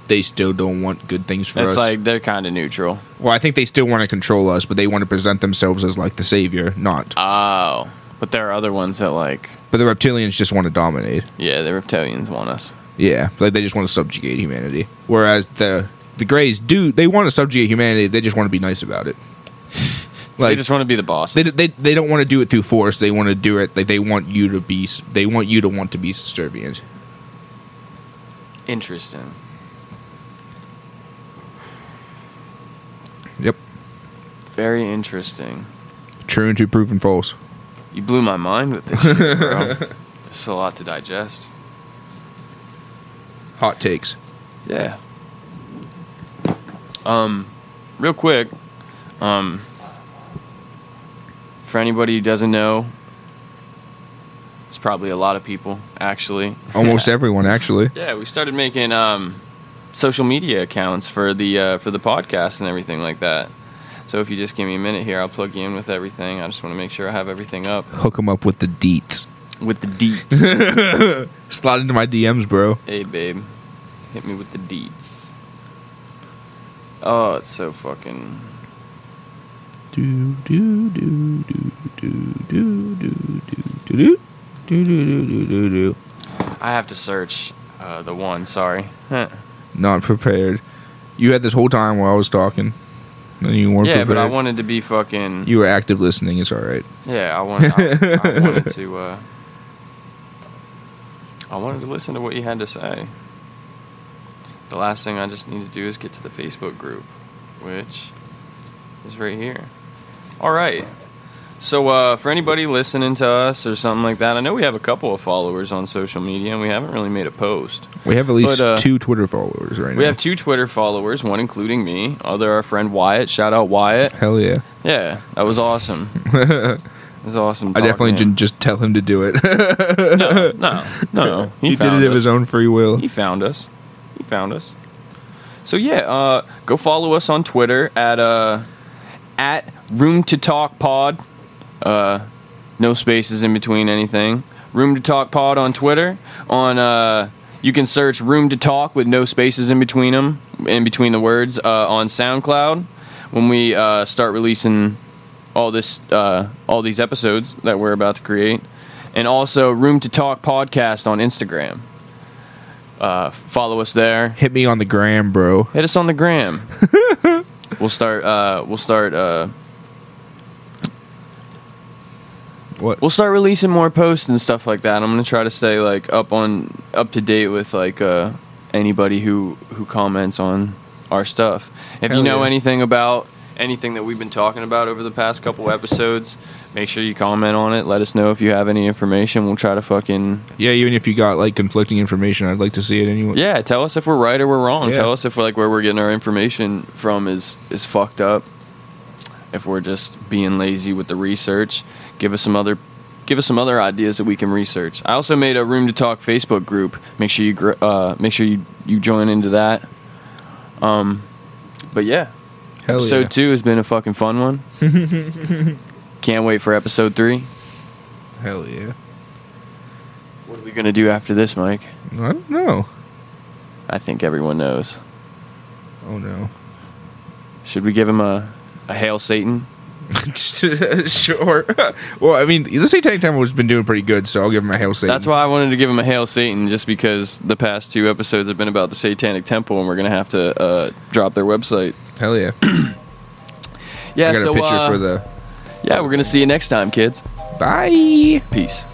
Speaker 2: they still don't want good things for
Speaker 1: It's
Speaker 2: us.
Speaker 1: like they're kind of neutral.
Speaker 2: well, I think they still want to control us, but they want to present themselves as like the savior, not.
Speaker 1: Oh, but there are other ones that like
Speaker 2: But the Reptilians just want to dominate.
Speaker 1: Yeah, the reptilians want us.
Speaker 2: Yeah, like they just want to subjugate humanity. Whereas the the Greys do they want to subjugate humanity. They just want to be nice about
Speaker 1: [laughs]
Speaker 2: it.
Speaker 1: they
Speaker 2: Like
Speaker 1: just want to be the boss.
Speaker 2: they, they they don't want to do it through force. They want to do it like they want you to be. s- They want you to want to be subservient.
Speaker 1: Interesting.
Speaker 2: Yep.
Speaker 1: Very interesting.
Speaker 2: True and to proven false.
Speaker 1: You blew my mind with
Speaker 2: [laughs]
Speaker 1: this shit, bro. this is a lot to digest.
Speaker 2: Hot takes.
Speaker 1: Yeah. Um, real quick, um, for anybody who doesn't know, it's probably a lot of people actually. [laughs]
Speaker 2: Almost everyone, actually.
Speaker 1: Yeah, we started making um, social media accounts for the uh, for the podcast and everything like that. So if you just give me a minute here, I'll plug you in with everything. I just want to make sure I have everything up
Speaker 2: Hook them up with the [laughs] deets.
Speaker 1: with the deets.
Speaker 2: Slide into my DMs, bro.
Speaker 1: [laughs] hey, babe, hit me with the deets. Oh, it's so fucking.
Speaker 2: Do do do do do do do do do do do do do do do.
Speaker 1: I have to search uh, the one. Sorry. [laughs] Huh.
Speaker 2: Not prepared. You had this whole time while I was talking, and you weren't
Speaker 1: Yeah,
Speaker 2: prepared.
Speaker 1: but I wanted to be fucking.
Speaker 2: You were active listening. It's all right.
Speaker 1: Yeah, I wanted. I,
Speaker 2: [laughs]
Speaker 1: I wanted to. Uh, I wanted to listen to what you had to say. The last thing I just need to do is get to the Facebook group, which is right here. All right. So uh, for anybody listening to us or something like that, I know we have a couple of followers on social media, and we haven't really made a post.
Speaker 2: We have at least
Speaker 1: But, uh,
Speaker 2: two Twitter followers right now.
Speaker 1: We have two Twitter followers, one including me, other our friend Wyatt. Shout out Wyatt.
Speaker 2: Hell yeah!
Speaker 1: Yeah, that was
Speaker 2: [laughs]
Speaker 1: awesome. it was awesome.
Speaker 2: I
Speaker 1: talking to
Speaker 2: definitely
Speaker 1: him.
Speaker 2: didn't just tell him to do it.
Speaker 1: No, no,
Speaker 2: [laughs]
Speaker 1: no.
Speaker 2: he did it of his own free will.
Speaker 1: He found us. He found us. So yeah, uh, go follow us on Twitter at uh, at Room to Talk Pod. Uh, no spaces in between anything. Room to Talk Pod on Twitter. On uh, you can search Room to Talk with no spaces in between them, in between the words uh, on SoundCloud. When we uh, start releasing all this, uh, all these episodes that we're about to create, and also Room to Talk podcast on Instagram. Uh, follow us there.
Speaker 2: Hit me on the gram, bro.
Speaker 1: Hit us on the
Speaker 2: [laughs]
Speaker 1: gram. we'll start. Uh, we'll start. Uh,
Speaker 2: What?
Speaker 1: we'll start releasing more posts and stuff like that. I'm gonna try to stay like up on up to date with like uh, anybody who who comments on our stuff. If
Speaker 2: Hell
Speaker 1: you know
Speaker 2: yeah.
Speaker 1: anything about anything that we've been talking about over the past couple episodes, make sure you comment on it. Let us know if you have any information. We'll try to fucking
Speaker 2: Yeah, even if you got like conflicting information, I'd like to see it anyway.
Speaker 1: Yeah, tell us if we're right or we're wrong.
Speaker 2: Yeah.
Speaker 1: Tell us if like where we're getting our information from is is fucked up. If we're just being lazy with the research, give us some other give us some other ideas that we can research. I also made a room to talk Facebook group. Make sure you gr- uh, make sure you you join into that. Um, but yeah,
Speaker 2: Hell
Speaker 1: episode
Speaker 2: yeah.
Speaker 1: two has been a fucking fun one.
Speaker 2: [laughs]
Speaker 1: Can't wait for episode three.
Speaker 2: Hell yeah.
Speaker 1: What are we gonna do after this, Mike?
Speaker 2: I don't know.
Speaker 1: I think everyone knows.
Speaker 2: Oh no. [laughs]
Speaker 1: Should we give him a a hail Satan?
Speaker 2: sure. [laughs] well, I mean, the satanic temple has been doing pretty good, so I'll give him a hail Satan.
Speaker 1: That's why I wanted to give him a Hail Satan, just because the past two episodes have been about the Satanic Temple, and we're going to have to uh, drop their website.
Speaker 2: Hell yeah.
Speaker 1: Yeah,
Speaker 2: I got
Speaker 1: so
Speaker 2: a picture
Speaker 1: uh,
Speaker 2: for the.
Speaker 1: yeah, we're going to see you next time, kids.
Speaker 2: Bye.
Speaker 1: Peace.